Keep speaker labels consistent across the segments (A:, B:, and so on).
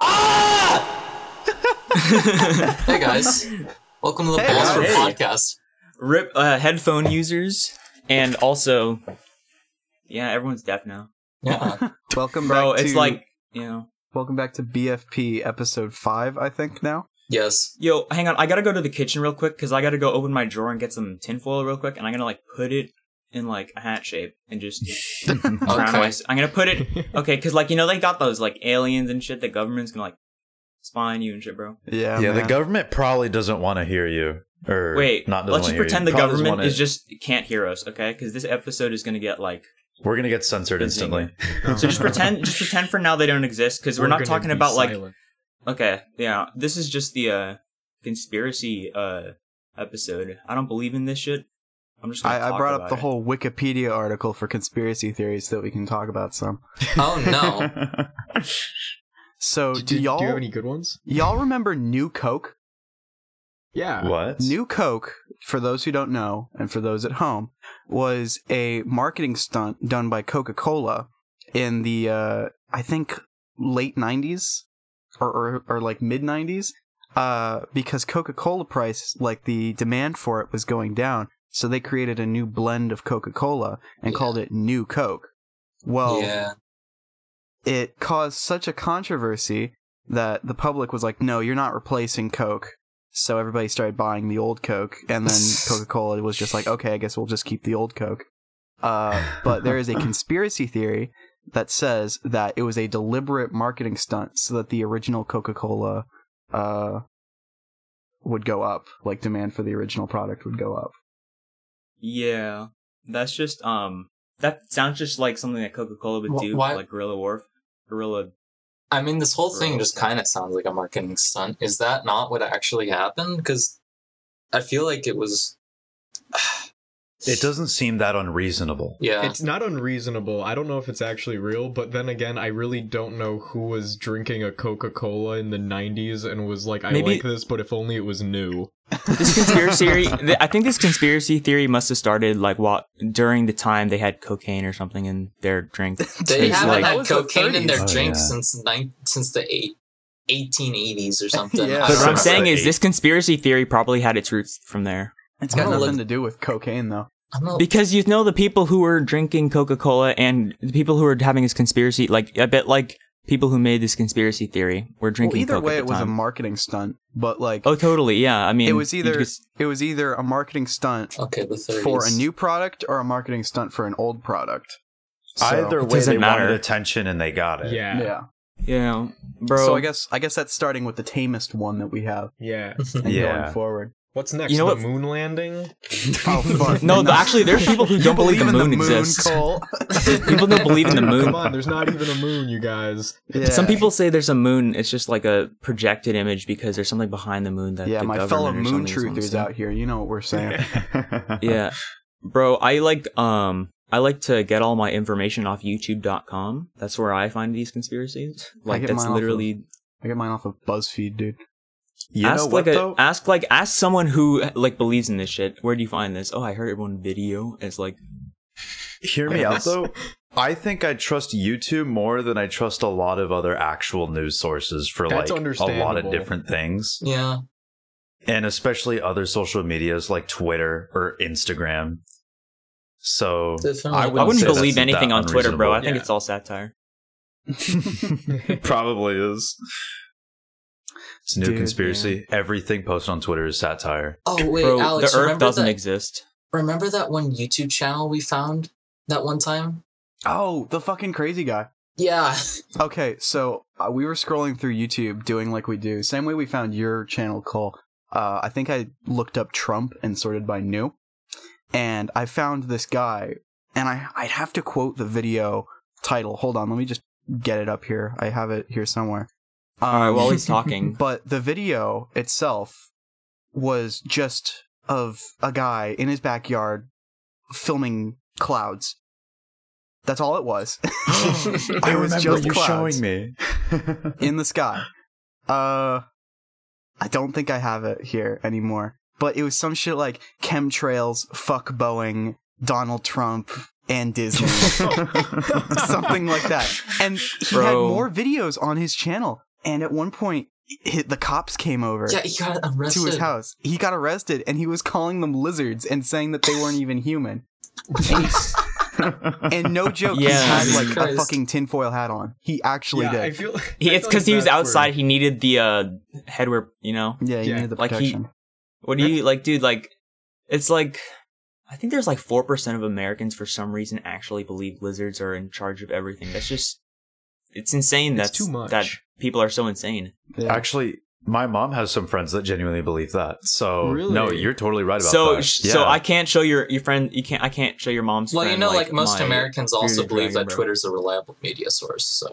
A: Ah! hey guys, welcome to the
B: Hey,
A: Balls for
B: guys.
A: Podcast.
B: Rip uh, headphone users and also, yeah, everyone's deaf now,
A: Yeah,
C: Welcome
B: bro.
C: back
B: It's
C: to
B: like you know,
C: welcome back to BFP episode five, I think now.
A: yes.
B: yo, hang on, I gotta go to the kitchen real quick because I gotta go open my drawer and get some tinfoil real quick, and I'm gonna like put it in like a hat shape and just crown
A: Okay.
B: my. I'm gonna put it okay because like you know they got those like aliens and shit. The government's gonna like spy on you and shit, bro.
C: Yeah.
D: yeah, the
C: Oh, man.
D: government probably doesn't want to hear you. Or
B: Wait,
D: not doesn't
B: let's just
D: wanna hear you.
B: pretend the
D: Probably doesn't
B: government
D: wanna-
B: is just can't hear us, okay? Because this episode is gonna get like.
D: We're gonna get censored instantly.
B: So just pretend, just pretend for now they don't exist because we're, not talking about like. Okay, yeah, this is just the uh conspiracy uh episode. I don't believe in this shit. I'm just. Gonna
C: I, I
B: talk
C: brought
B: about
C: up the
B: it.
C: whole Wikipedia article for conspiracy theories that we can talk about some.
A: Oh no.
C: So
E: Do,
C: do,
E: do- do
C: y'all
E: you have any good ones?
C: y'all remember New Coke?
E: Yeah.
D: What?
C: New Coke, for those who don't know, and for those at home, was a marketing stunt done by Coca Cola in the uh, I think late '90s or or, or like mid '90s, uh, because Coca Cola price, like the demand for it, was going down. So they created a new blend of Coca Cola and
A: Yeah.
C: called it New Coke.
B: Oh.
C: Well,
A: Yeah.
C: it caused such a controversy that the public was like, "No, you're not replacing Coke." So everybody started buying the old Coke, and then Coca-Cola was just like, "Okay, I guess we'll just keep the old Coke." Uh, but there is a conspiracy theory that says that it was a deliberate marketing stunt so that the original Coca-Cola uh, would go up, like demand for the original product would go up.
B: Yeah, that's just um. That sounds just like something that Coca Cola would
A: Wh-
B: do,
A: why-
B: like Gorilla Wharf, Gorilla.
A: I mean, this whole thing
B: Bro.
A: just kind of sounds like a marketing stunt. Is that not what actually happened? Because I feel like it was.
D: It doesn't seem that unreasonable.
A: Yeah.
E: It's not unreasonable. I don't know if it's actually real, but then again, I really don't know who was drinking a Coca Cola in the 90s and was like, I
B: Maybe-
E: like this, but if only it was new.
B: This conspiracy theory, th- I think this conspiracy theory must have started like while during the time they had cocaine or something in their drink.
A: they
B: it's
A: haven't
B: like-
C: That
A: had
C: was the
A: cocaine in their
D: 30s.
A: drinks
D: Oh, yeah.
A: since nine since the eight. 1880s or something.
C: Yeah.
A: I
B: But
A: don't
B: what I'm
A: know.
B: saying is,
D: Eight.
B: this conspiracy theory probably had its roots from there.
C: It's
A: I'm
C: got
A: gonna
C: nothing
A: look-
C: to do with cocaine, though.
A: I'm not-
B: Because you know the people who were drinking Coca Cola and the people who were having this conspiracy, like I bet like people who made this conspiracy theory were
C: Well,
B: drinking.
C: either
B: Coke
C: way,
B: at
C: it
B: the
C: was a
B: time.
C: marketing stunt, but like
B: oh, totally. Yeah, I mean,
C: it was
B: you
C: either
B: just-
C: it was either a marketing stunt
A: okay, the 30s.
C: for a new product or a marketing stunt for an old product. So,
D: Either way,
B: doesn't
D: they
B: matter.
D: wanted attention and they got it.
E: Yeah.
C: yeah.
B: yeah, bro.
C: So I guess I guess that's starting with the tamest one that we have
E: Yeah.
C: and
D: Yeah.
C: going forward.
E: What's next?
B: You know
E: the
B: what-
E: moon landing?
C: Oh fuck!
B: no, th- actually, there's people who
C: You
B: don't believe,
C: in
B: the moon exists.
C: Cole?
B: people don't believe in the
E: Come
B: moon.
E: on, there's not even a moon, you guys.
C: yeah.
B: Some people say there's a moon. It's just like a projected image because there's something behind the moon that
C: Yeah,
B: the
C: my
B: government
C: fellow
B: or
C: moon
B: something is wanting to
C: truthers
B: see.
C: out here, you know what we're saying.
B: yeah bro i like um i like to get all my information off youtube.com that's where i find these conspiracies like
C: get
B: that's
C: mine off of-
B: literally
C: I get mine off of BuzzFeed, dude.
D: You
B: ask
D: know what
B: like a
D: though?
B: ask like ask someone who like believes in this shit where do you find this oh i heard it on video it's like
D: Hear me out though. I think I trust YouTube more than I trust a lot of other actual news sources for like
E: That's
D: a lot of
E: understandable.
D: different things.
A: Yeah.
D: and especially other social medias like Twitter or Instagram. So
A: Definitely.
D: I
A: I
D: wouldn't,
B: i wouldn't
D: say that's
B: believe
D: that
B: anything on twitter bro i think
E: Yeah.
B: it's all satire
D: unreasonable. Probably is. It's a new
C: Dude,
D: conspiracy. Everything posted on Twitter is satire.
A: Oh wait,
B: bro
A: Alex,
B: the earth
A: remember
B: doesn't
A: that,
B: exist
A: remember that one YouTube channel we found that one time?
C: Oh, the fucking crazy guy.
A: Yeah.
C: Okay, so uh, we were scrolling through YouTube, doing like we do, same way we found your channel, Cole. Uh, I think I looked up Trump and sorted by new, and I found this guy, and I I'd have to quote the video title. Hold on, let me just get it up here. I have it here somewhere. Um,
B: all right while he's talking
C: but the video itself was just of a guy in his backyard filming clouds. That's all it was.
D: I
C: It was
D: remember
C: just
D: you
C: clouds.
D: showing me.
C: in the sky. Uh, I don't think I have it here anymore. But it was some shit like chemtrails, fuck Boeing, Donald Trump, and Disney, something like that. And he had
B: Bro.
C: more videos on his channel. And at one point, hit, the cops came over
A: Yeah, he got arrested.
C: to his house. He got arrested and he was calling them lizards and saying that they weren't even human. And he's- and no joke,
B: Yeah.
C: he had
A: Jesus
C: like a
A: Christ.
C: fucking tinfoil hat on. He actually
E: yeah, I
C: did.
E: feel.
B: He,
E: I
B: it's
E: feel
B: because
E: like
B: he was
E: that's where-
B: outside. He needed the uh, headwear. You know,
C: yeah, he
E: Yeah.
C: needed the
B: Like, he-
C: protection.
B: what do you like, dude? Like, it's like I think there's like four percent of Americans for some reason actually believe lizards are in charge of everything. That's just it's insane.
E: It's
B: That's
E: too much.
B: That people are so insane.
C: Yeah.
D: Actually, my mom has some friends that genuinely believe that. So no,
E: Really?
D: you're totally right about
B: so
D: that.
B: sh-
D: yeah.
B: so I can't show your your friend. You can't. I can't show your mom's.
A: Well, you
B: friend,
A: know, like, most
B: my-
A: Americans also
B: bearded
A: believe
B: dragon,
A: that
B: bro.
A: Twitter's a reliable media source. So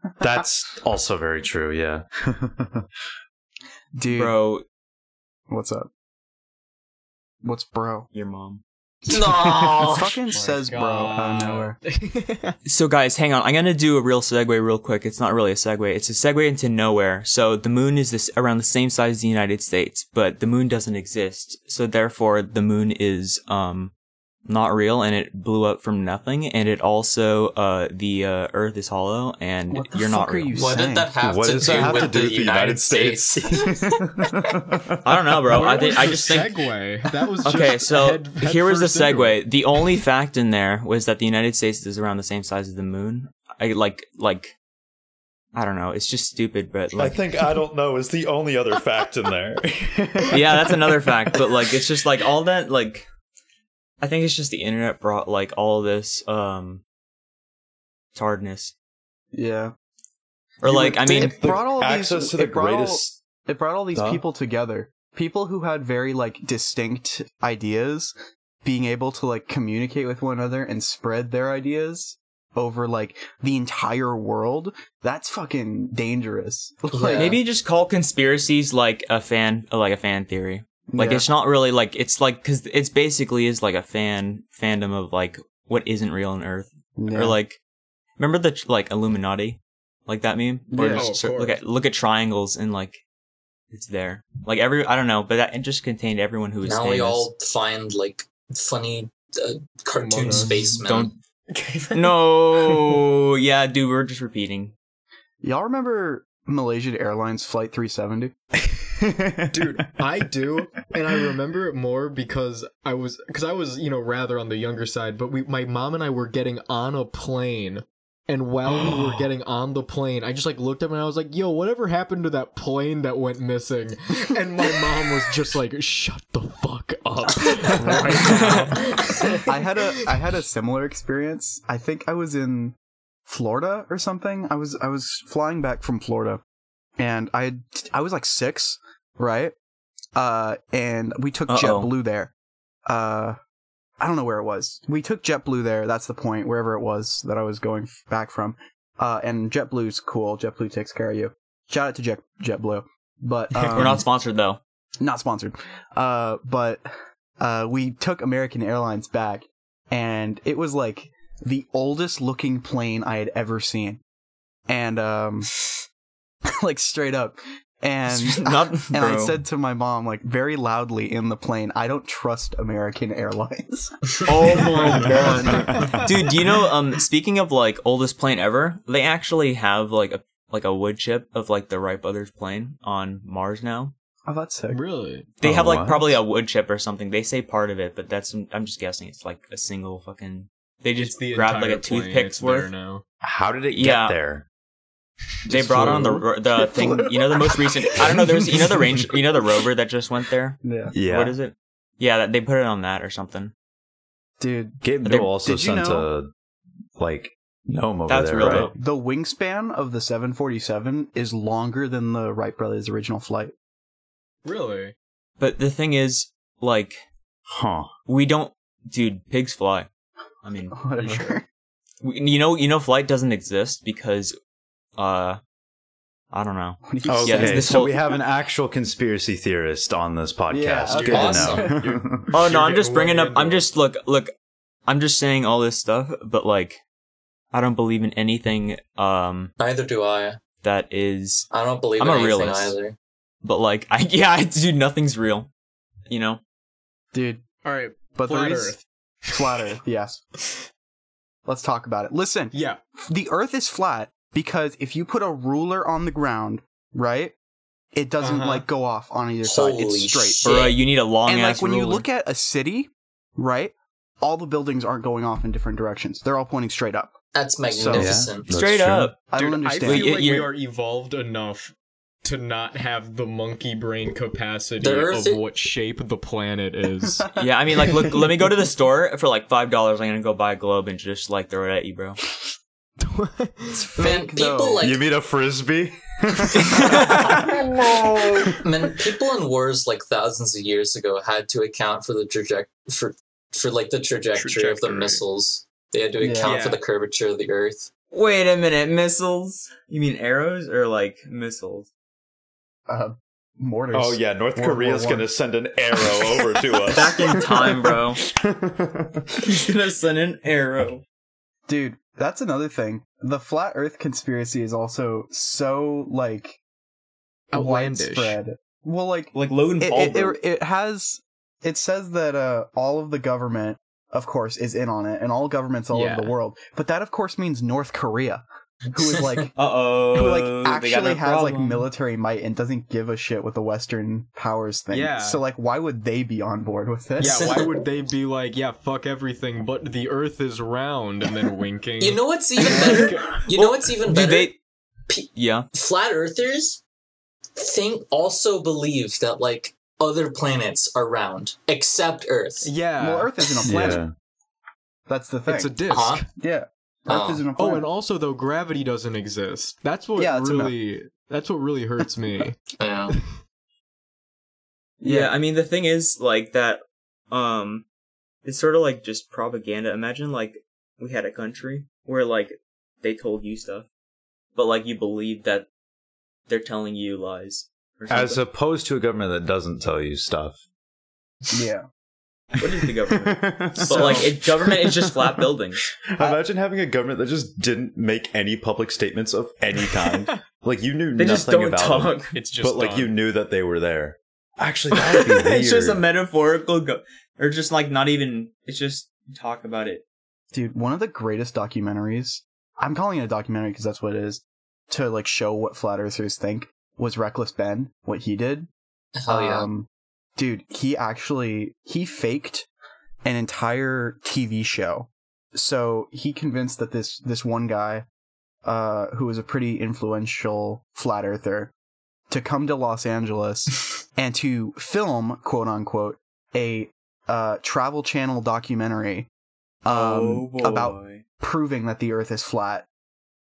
D: that's also very true. Yeah.
C: Dude,
B: bro.
C: what's up? What's bro?
B: Your mom.
A: no,
E: Oh
C: fucking says bro out of nowhere.
B: So guys, hang on. I'm gonna do a real segue real quick. It's not really a segue. It's a segue into nowhere. So the moon is this around the same size as the United States, but the moon doesn't exist. So therefore, the moon is um not real, and it blew up from nothing. And it also uh the uh, Earth is hollow, and
C: What the
B: you're not
C: fuck are
B: real.
C: you
A: what did that have
D: what
A: to
D: does
A: do
D: that have
A: with
D: to do
A: the
D: with the United States?
B: I don't know, bro.
E: Where
B: I
E: was
B: think I
E: the
B: just think
E: segue. That was just
B: Okay, so
E: head- head
B: here was the
E: first into
B: segue.
E: it.
B: The only fact in there was that the United States is around the same size as the moon. I like like I don't know. It's just stupid, but like
D: think I don't know is the only other fact in there.
B: yeah, that's another fact. But like, it's just like all that. Like, I think it's just the internet brought like all this um tardness,
C: Yeah.
B: or
C: You
B: like
C: would
B: I mean,
C: think- Brought all these-
D: access to the
C: it brought all-
D: greatest.
C: It brought all these
D: Huh?
C: people together. People who had very like distinct ideas being able to like communicate with one another and spread their ideas over like the entire world. That's fucking dangerous. Like,
B: maybe just call conspiracies like a fan, like a fan theory. Like
C: yeah.
B: it's not really like it's like because it's basically is like a fan fandom of like what isn't real on Earth,
C: Yeah.
B: or like remember the like Illuminati, like that meme. Where
C: Yeah.
B: it's
E: Oh, of
B: tr- look
E: course.
B: at look at triangles and like it's there. Like every I don't know, but that it just contained everyone who was
A: Now
B: famous.
A: we all find like funny uh, cartoon
E: Among Us.
A: spacemen.
B: Don't- no, yeah, dude, we're just repeating.
C: y'all remember Malaysian Airlines Flight 370?
E: dude i do and i remember it more because i was because i was you know rather on the younger side but we my mom and i were getting on a plane and while we were getting on the plane i just like looked up and i was like yo whatever happened to that plane that went missing and my mom was just like shut the fuck up right now.
C: I had a I had a similar experience. I think I was in Florida or something. I was I was flying back from Florida, and I had, I was like six, right? Uh, and we took
B: Uh-oh.
C: JetBlue there. Uh, I don't know where it was. We took JetBlue there. That's the point. Wherever it was that I was going f- back from. Uh, and JetBlue's cool. JetBlue takes care of you. Shout out to Jet JetBlue. But um,
B: we're not sponsored though.
C: not sponsored. Uh, but uh, we took American Airlines back, and it was like the oldest looking plane I had ever seen, and um, like straight up. And
B: not,
C: and I
B: bro.
C: said to my mom like very loudly in the plane, I don't trust American Airlines.
B: "Oh my god, dude." You know, um, speaking of like oldest plane ever, they actually have like a like a wood chip of like the Wright brothers plane on Mars now.
C: oh, that's sick.
E: really
B: They
D: Oh,
B: have like
D: what?
B: probably a wood chip or something. They say part of it, but that's I'm just guessing. It's like a single fucking. They just grabbed like a
E: entire plane, it's
B: toothpick's
E: there
B: worth.
E: now
D: How did it get
B: Yeah.
D: there?
B: They brought on
C: flew.
B: the the thing. You know the most recent. I don't know. There's you know the range. You know the rover that just went there.
C: Yeah,
D: Yeah.
B: What is it? Yeah, that, they put it on that or something.
C: dude.
D: Gabe
B: They-
D: Newell also
C: did you
D: sent
C: know-
D: a like gnome over
B: That's
D: there,
B: real
D: right?
B: dope.
C: The wingspan of the 747 is longer than the Wright brothers' original flight.
E: really
B: But the thing is, like,
D: Huh.
B: we don't, dude. Pigs fly. I mean,
C: Whatever.
B: we, you know, you know, flight doesn't exist because, uh, I don't know.
C: What do you
D: Okay,
C: say?
B: this- this
D: so
B: whole-
D: we have an actual conspiracy theorist on this podcast.
C: Yeah,
D: Good
A: awesome.
D: to know.
B: Oh
E: You're
B: no, I'm just
E: getting
B: bringing
E: way
B: up. I'm
E: into it.
B: just look, look. I'm just saying all this stuff, but like, I don't believe in anything. Um,
A: Neither do I.
B: that is,
A: I don't believe
B: I'm
A: in
B: a
A: anything
B: realist.
A: either.
B: but like, I yeah, I do nothing's real. You know,
C: dude?
E: all right
C: But
E: flat
C: there is
E: earth
C: flat Earth. Yes. Let's talk about it. Listen,
E: yeah
C: the Earth is flat because if you put a ruler on the ground, right, it doesn't
E: Uh-huh.
C: like go off on either side.
A: Holy
C: It's straight.
A: shit.
B: Bruh, uh, you need a long
C: and
B: ass
C: like when you
B: ruler.
C: look at a city, right? All the buildings aren't going off in different directions. They're all pointing straight up.
A: That's
C: So-
A: magnificent.
D: That's
B: straight
D: true.
B: up.
C: I
E: Dude,
C: don't understand.
E: I feel
B: Wait,
E: like we
B: you're-
E: are evolved enough to not have the monkey brain capacity
A: The Earth
E: of
A: is-
E: what shape the planet is.
B: Yeah, I mean, like, look, let me go to the store for like five dollars. I'm gonna go buy a globe and just like throw it at you, bro.
A: Man,
C: Fake,
A: people
C: though.
A: like
D: you mean a frisbee?
A: man, people in wars like thousands of years ago had to account for the trajectory for for like the trajectory, of the
E: Trajectory.
A: missiles. They had to
C: Yeah.
A: account for
E: Yeah.
A: the curvature of the Earth.
B: Wait a minute, missiles? You mean arrows or like missiles?
C: uh, mortars.
D: Oh yeah, North
C: World War
D: Korea's
C: One.
D: gonna send an arrow over to us.
B: Back in time, bro.
D: bro.
B: He's gonna send an arrow.
C: Dude, that's another thing. The flat Earth conspiracy is also so like
E: Outlandish.
C: widespread. Well, like
B: Like Logan
C: it,
B: Paul.
C: it,
B: bro.
C: it, it has it says that uh, all of the government, of course, is in on it, and all governments all
E: Yeah.
C: over the world. But that, of course, means North Korea, who is like
B: Uh-oh.
C: who
B: they
C: like
B: got
C: actually
B: no
C: has like
B: problem.
C: military might and doesn't give a shit what the Western powers think.
E: Yeah.
C: So like, why would they be on board with this?
E: yeah, why would they be like, yeah, fuck everything, but the Earth is round, and then winking?
A: You know what's even better? You know what's even
B: Mm-hmm. Do
A: better?
B: they?
A: P-
B: Yeah.
A: Flat Earthers think also believe that like other planets are round except Earth.
E: yeah,
C: Well, Earth isn't a planet.
D: yeah.
C: That's the thing.
E: it's a disk.
A: Uh-huh.
C: yeah. Earth
A: Oh.
C: isn't a planet.
E: Oh, and also though gravity doesn't exist. That's what
C: Yeah, that's
E: really that's what really hurts me.
A: Yeah.
B: yeah i mean the thing is like that um it's sort of like just propaganda imagine like we had a country where like they told you stuff but like you believe that they're telling you lies or
D: As
B: something.
D: opposed to a government that doesn't tell you stuff.
C: yeah.
B: what is the government but
C: So-
B: like it, government is just flat buildings
D: Imagine having a government that just didn't make any public statements of any kind. like you knew
B: they
D: nothing
B: just don't
D: about them,
B: talk
E: It's just
D: but like you
E: done.
D: knew that they were there. Actually, that would be weird.
B: it's just a metaphorical go- or just like not even it's just talk about it
C: dude one of the greatest documentaries i'm calling it a documentary because that's what it is to like show what flat earthers think was reckless ben what he did
A: Hell yeah.
C: um dude he actually he faked an entire tv show so he convinced that this this one guy uh who was a pretty influential flat earther to come to los angeles and to film quote unquote a uh travel channel documentary um
B: oh boy
C: about proving that the earth is flat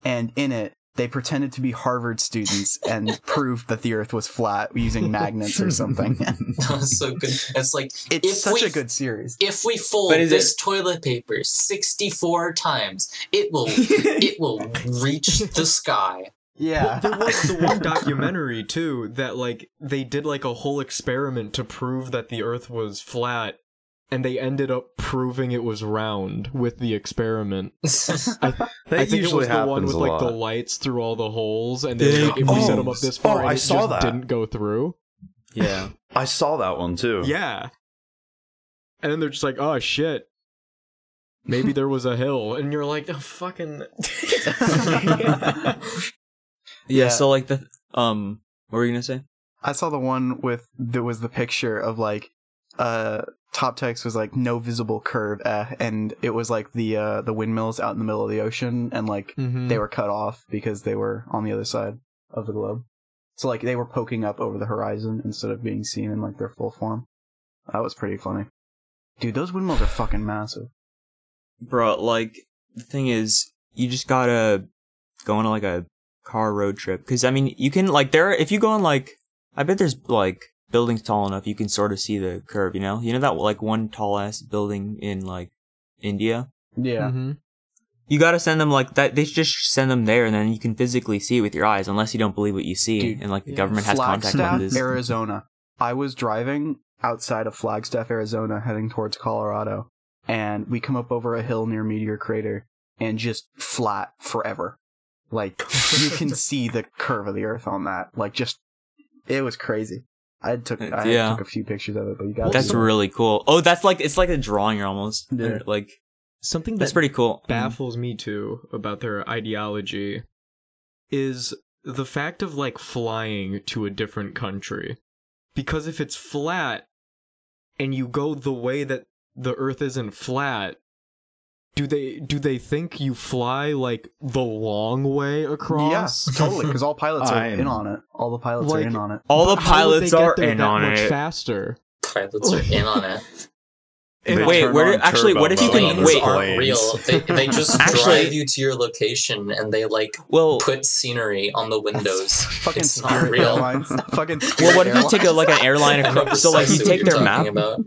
C: and in it they pretended to be harvard students and proved that the earth was flat using magnets or something
A: that was so good. It's like
C: it's
A: If
C: such
A: we-
C: a good series
A: if we fold
B: But is
A: this
B: it-
A: toilet paper 64 times, it will it will reach the sky.
C: yeah
E: there was the one documentary too that like they did like a whole experiment to prove that the earth was flat and they ended up proving it was round with the experiment.
D: That
E: I think it
D: usually
E: was the one
D: happens
E: with
D: a
E: like the
D: lot.
E: lights through all the holes and they were
B: Dang.
E: like, if we set
D: Oh,
E: them up this
D: oh,
E: far and
D: I
E: it
D: saw
E: just
D: that.
E: didn't go through.
B: yeah
D: I saw that one too.
E: Yeah. And then they're just like, oh shit. Maybe there was a hill. And you're like, oh, fucking.
B: yeah,
C: Yeah.
B: so like the um what were you gonna say
C: i saw the one with there was the picture of like uh top text was like no visible curve eh, and it was like the uh the windmills out in the middle of the ocean and like
E: Mm-hmm.
C: they were cut off because they were on the other side of the globe. So like they were poking up over the horizon instead of being seen in like their full form. That was pretty funny. Dude, those windmills are fucking massive.
B: bro like the thing is you just gotta go on like a car road trip because i mean you can like there are- if you go on like i bet there's like buildings tall enough you can sort of see the curve you know you know that like one tall ass building in like india
C: Yeah.
E: Mhm.
B: you gotta send them like that they should just send them there and then you can physically see it with your eyes unless you don't believe what you see
C: Dude,
B: and like the
E: yeah.
B: government has contact
C: Flagstaff,
B: lenses
C: Arizona. I was driving outside of Flagstaff, Arizona, heading towards Colorado, and we come up over a hill near Meteor Crater and just flat forever. Like you can see the curve of the Earth on that. Like just, it was crazy. I took I
B: Yeah.
C: took a few pictures of it, but you got
B: That's really cool. Oh, that's like it's like a drawing almost.
C: Yeah.
B: Like
E: Something
B: that's
E: that
B: pretty cool.
E: baffles me too about their ideology is the fact of like flying to a different country. Because if it's flat and you go the way that the earth isn't flat, do they do they think you fly like the long way across?
C: Yeah, totally. Because all pilots are
D: I'm-
C: in on it. All the pilots
E: Like-
C: are in on it.
B: All
E: But
B: the
E: how would they
B: pilots
E: get
B: are
E: there
B: in
E: that
B: on
E: much
B: it.
E: Faster.
A: Pilots are in on it.
D: They
B: Wait,
D: turn
B: where
D: on
B: did- actually, what if you
D: turbo
B: can-
D: motors
A: Planes
B: wait.
D: on
A: aren't
D: planes.
A: real. They, they just
B: Actually-
A: drive you to your location and they like
B: Well,
A: put scenery on the windows.
C: Fucking
A: it's not
C: Spirit
A: real.
C: Airlines. fucking
B: well,
C: Spirit
B: what if you take a,
C: Airlines.
B: like an airline
A: I know
B: across? So like you
A: precisely what
B: take
A: you're
B: their
A: talking
B: map.
A: about.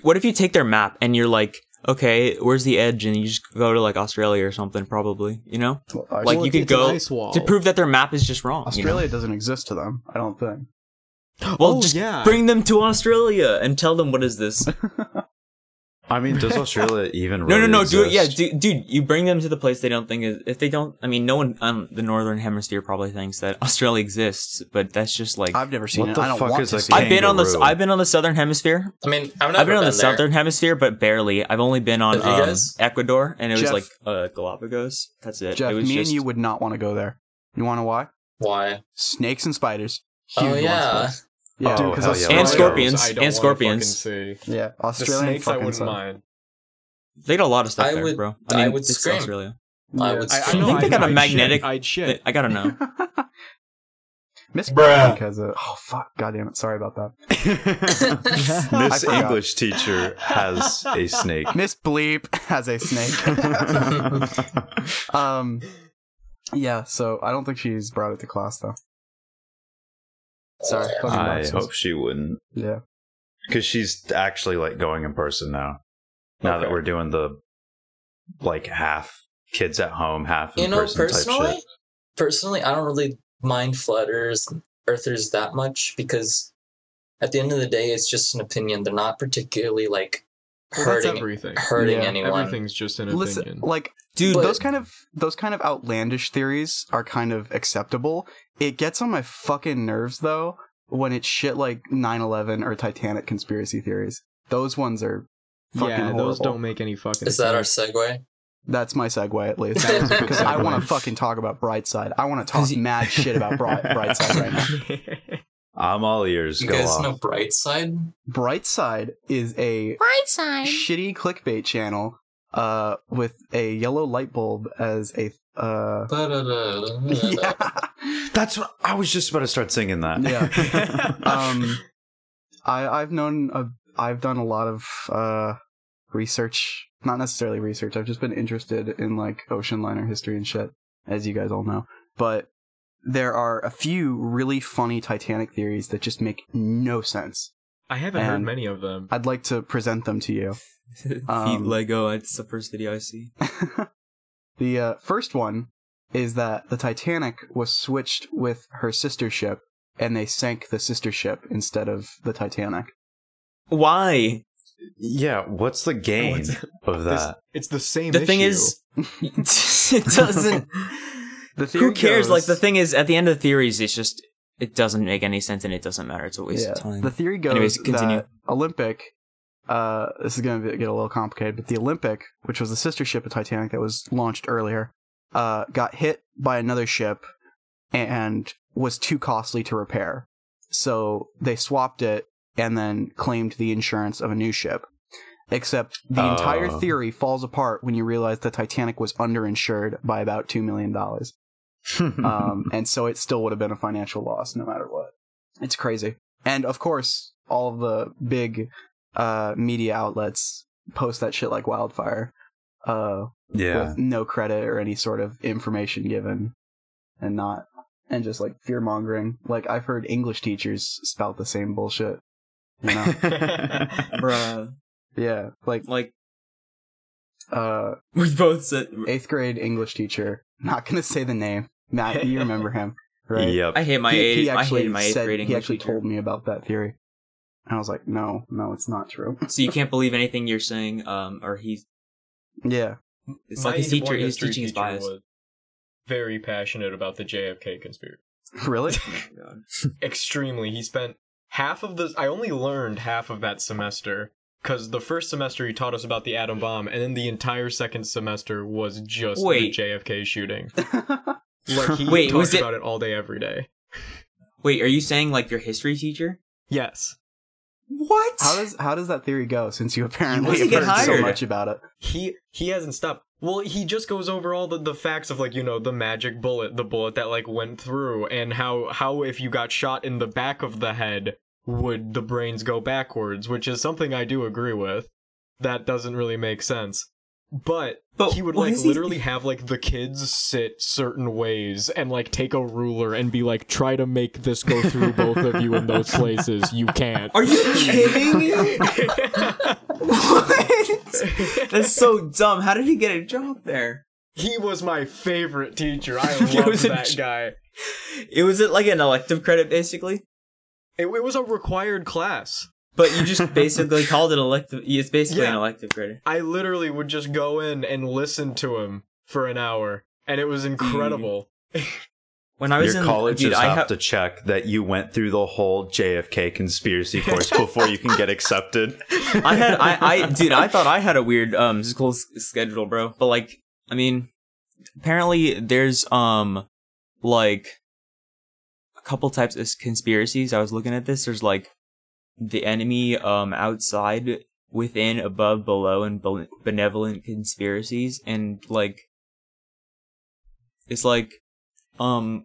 B: What if you take their map and you're like, okay, where's the edge? And you just go to like Australia or something, probably. You know, like
E: Well,
B: you
E: it's-
B: could
E: it's an
B: go
E: ice wall.
B: to prove that their map is just wrong. you know?
C: Australia doesn't exist to them. I don't think.
B: Well,
E: oh,
B: just
E: yeah.
B: bring them to Australia and tell them what is this.
D: I mean, does Australia even
B: No,
D: really
B: no, no. Do it. Yeah,
D: exist?
B: du- dude. You bring them to the place they don't think is. If they don't, I mean, no one on the northern hemisphere probably thinks that Australia exists. But that's just like
C: I've never seen
D: What
C: it.
D: the
C: I don't
D: fuck
C: want
D: is
C: to
D: a
C: see
B: I've been on the s-
D: kangaroo.
B: I've been on the southern hemisphere.
A: I mean, I've never
B: I've been on the
A: there.
B: southern hemisphere, but barely. I've only been on
A: Have you
B: um,
A: guys?
B: Ecuador, and it
C: Jeff-
B: was like uh, Galapagos. That's it.
C: it. Jeff,
B: it
C: me
B: was just,
C: and you would not want to go there. You want to why?
A: Why?
C: Snakes and spiders. Huge
A: Oh
C: ones for
A: yeah.
C: us. Yeah,
D: Oh,
C: dude,
D: hell
C: because
D: yeah.
B: and
D: Australia.
B: scorpions
E: I don't wanna
B: and scorpions.
E: fucking see.
C: Yeah,
E: The
C: Australian
E: snakes I
C: fucking
E: wouldn't
C: suck.
E: mind.
B: They got a lot of stuff
A: I
B: there,
A: would-
B: bro.
A: I
B: I mean,
A: would
B: it's
A: scream.
B: Australia.
A: I would
E: I, I,
A: scream.
E: know,
A: I think
B: they
E: I'd-
B: got a
E: I'd
B: magnetic-
E: Shit, I'd shit.
B: They- I gotta know.
C: Miss because of, oh fuck, goddamn it, sorry about that.
D: Miss
C: I forgot.
D: English teacher has a snake.
C: Miss Bleep has a snake. um, yeah, so I don't think she's brought it to class though. Sorry, fucking
D: I
C: boxes.
D: hope she wouldn't,
C: Yeah,
D: because she's actually like going in person now. Now that
E: Okay.
D: we're doing the like half kids at home, half in
A: you know,
D: person type
A: personally,
D: shit.
A: personally, I don't really mind flutters, earthers that much because at the end of the day, it's just an opinion. They're not particularly like
E: Well, that's
A: hurting
E: everything.
A: hurting
C: Yeah,
A: anyone.
E: Everything's just an
C: listen,
E: opinion.
C: like
B: Dude,
A: But-
C: those kind of those kind of outlandish theories are kind of acceptable. It gets on my fucking nerves though when it's shit like 9/11 or Titanic conspiracy theories. Those ones are fucking
E: yeah, those
C: horrible.
E: don't make any fucking.
A: Is that our
E: sense.
A: segue?
C: That's my segue, at least.
A: That was a good
C: Because I
E: segue.
C: want to fucking talk about Brightside. I want to talk
B: 'Cause you-
C: mad shit about Bri- Brightside right now.
D: I'm all ears.
A: You
D: Go
A: guys
D: off.
A: know Brightside?
C: Brightside is a shitty clickbait channel uh, with a yellow light bulb as a. Uh, yeah.
D: That's what I was just about to start singing that. Uh,
C: Yeah. Um, I, I've known. A, I've done a lot of uh, research. Not necessarily research. I've just been interested in like ocean liner history and shit, as you guys all know. But there are a few really funny Titanic theories that just make no sense.
E: I haven't
C: And-
E: heard many of them.
C: I'd like to present them to you.
B: feet
C: um,
B: Lego. It's the first video I see.
C: the uh, first one is that the Titanic was switched with her sister ship, and they sank the sister ship instead of the Titanic.
B: Why?
D: Yeah, what's the gain
E: What's-
D: of
E: This-
D: that?
E: it's the same.
B: the thing
E: issue.
B: is it doesn't
C: The theory
B: who cares
C: goes-
B: like the thing is at the end of the theories it's just it doesn't make any sense and it doesn't matter it's a waste
C: Yeah.
B: of time
C: The theory goes
B: Anyways, continue.
C: that Olympic. Uh, this is going to get a little complicated, but the Olympic, which was the sister ship of Titanic that was launched earlier, uh, got hit by another ship and was too costly to repair. So they swapped it and then claimed the insurance of a new ship. Except the entire
D: Oh.
C: theory falls apart when you realize the Titanic was underinsured by about $2 million um, and so it still would have been a financial loss no matter what. It's crazy, and of course, all of the big uh, media outlets post that shit like wildfire, uh,
D: yeah.
C: with no credit or any sort of information given, and not and just like fear mongering. Like I've heard English teachers spout the same bullshit. You know?
B: bruh
C: yeah, like
B: like
C: uh,
B: we both said
C: eighth grade English teacher. Not gonna say the name. Matt, you remember him, right?
D: Yep.
B: i hate my
C: he,
B: age
C: he
B: i
C: actually
B: hated my eighth
C: said-
B: grade
C: He
B: english
C: actually
B: teacher.
C: told me about that theory, and I was like, "No, no, it's not true."
B: so you can't believe anything you're saying um or he's
C: yeah,
B: it's
E: My
B: like his
E: English
B: teacher his
E: history
B: teaching is
E: teacher
B: biased
E: was Very passionate about the JFK conspiracy.
C: really?
B: Oh
E: Extremely. He spent half of the. I only learned half of that semester because the first semester he taught us about the atom bomb, and then the entire second semester was just
B: Wait.
E: the JFK shooting. Like he
B: Wait,
E: talks
B: was it-
E: about it all day, every day.
B: Wait, are you saying like your history teacher?
E: Yes,
B: What?
C: How does how does that theory go? Since you apparently
B: How does
C: have
B: he get
C: heard so
B: hired?
C: much about it,
E: he he hasn't stopped. Well, he just goes over all the, the facts of like you know the magic bullet, the bullet that like went through, and how how if you got shot in the back of the head, would the brains go backwards? Which is something I do agree with. That doesn't really make sense. But
B: But
E: he would
B: what Oh,
E: like
B: is he-
E: literally have like the kids sit certain ways and like take a ruler and be like try to make this go through both of you in those places you can't
B: Are you kidding me? what? That's so dumb. How did he get a job there?
E: he was my favorite teacher i
B: He
E: loved
B: was a
E: that
B: ch-
E: guy
B: It was it like an elective credit basically,
E: it, it was a required class
B: but you just basically called it elective. It's basically an
E: Yeah.
B: elective credit.
E: i literally would just go in and listen to him for an hour and it was
B: Hmm.
E: incredible
B: When I was
D: Your
B: in
D: colleges
B: dude, I
D: have
B: ha-
D: to check that you went through the whole JFK conspiracy course before you can get accepted.
B: I had I, I dude I thought I had a weird um school s- schedule, bro. But like I mean, apparently there's um like a couple types of conspiracies. I was looking at this. There's like the enemy um outside, within, above, below, and bel- benevolent conspiracies, and like it's like um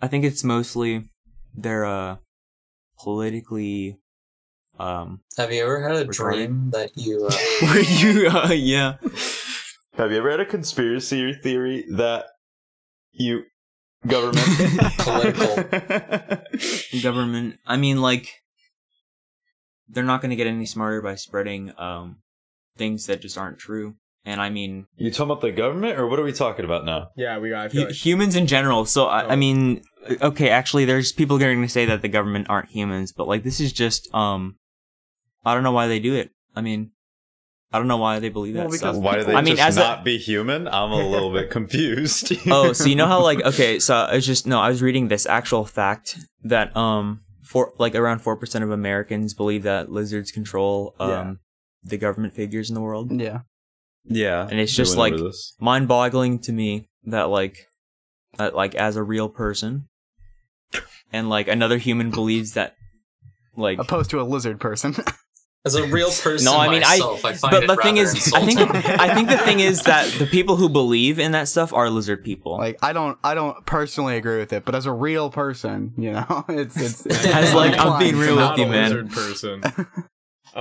B: I think it's mostly they're uh politically um
A: Have you ever had a dream
B: Recording?
A: that you uh,
B: were you? Uh, yeah.
D: Have you ever had a conspiracy theory that you government
A: uh, political?
B: Government. I mean, like, they're not going to get any smarter by spreading um things that just aren't true. And I mean,
D: You talking about the government, or what are we talking about now?
E: yeah we got I feel
B: hu-
E: like-
B: humans in general. So I, I
E: Oh.
B: mean, uh, okay, actually, there's people that are going to say that the government aren't humans, but like, this is just um, I don't know why they do it. I mean, I don't know why they believe that
C: Well, because
B: stuff.
D: Why do they
B: I mean,
D: just
B: as a-
D: not be human? I'm a little bit confused.
B: oh, so you know how like okay, so I was just no, I was reading this actual fact that um for like around four percent of Americans believe that lizards control um
D: Yeah.
B: the government figures in the world.
C: yeah.
D: yeah,
B: And it's just
D: doing
B: like-
D: over this.
B: Mind boggling to me that like that like as a real person and like another human believes that like
C: Opposed to a lizard person.
A: As a real person,
B: No, I mean, I-
A: myself, I, find
B: but
A: it
B: the thing
A: rather
B: is I think
A: insulting.
B: I think the thing is that the people who believe in that stuff are lizard people.
C: like I don't I don't personally agree with it, but as a real person, you know, it's it's, it's
B: As, like, I'm being real with
E: not
B: you,
E: a
B: man.
E: lizard person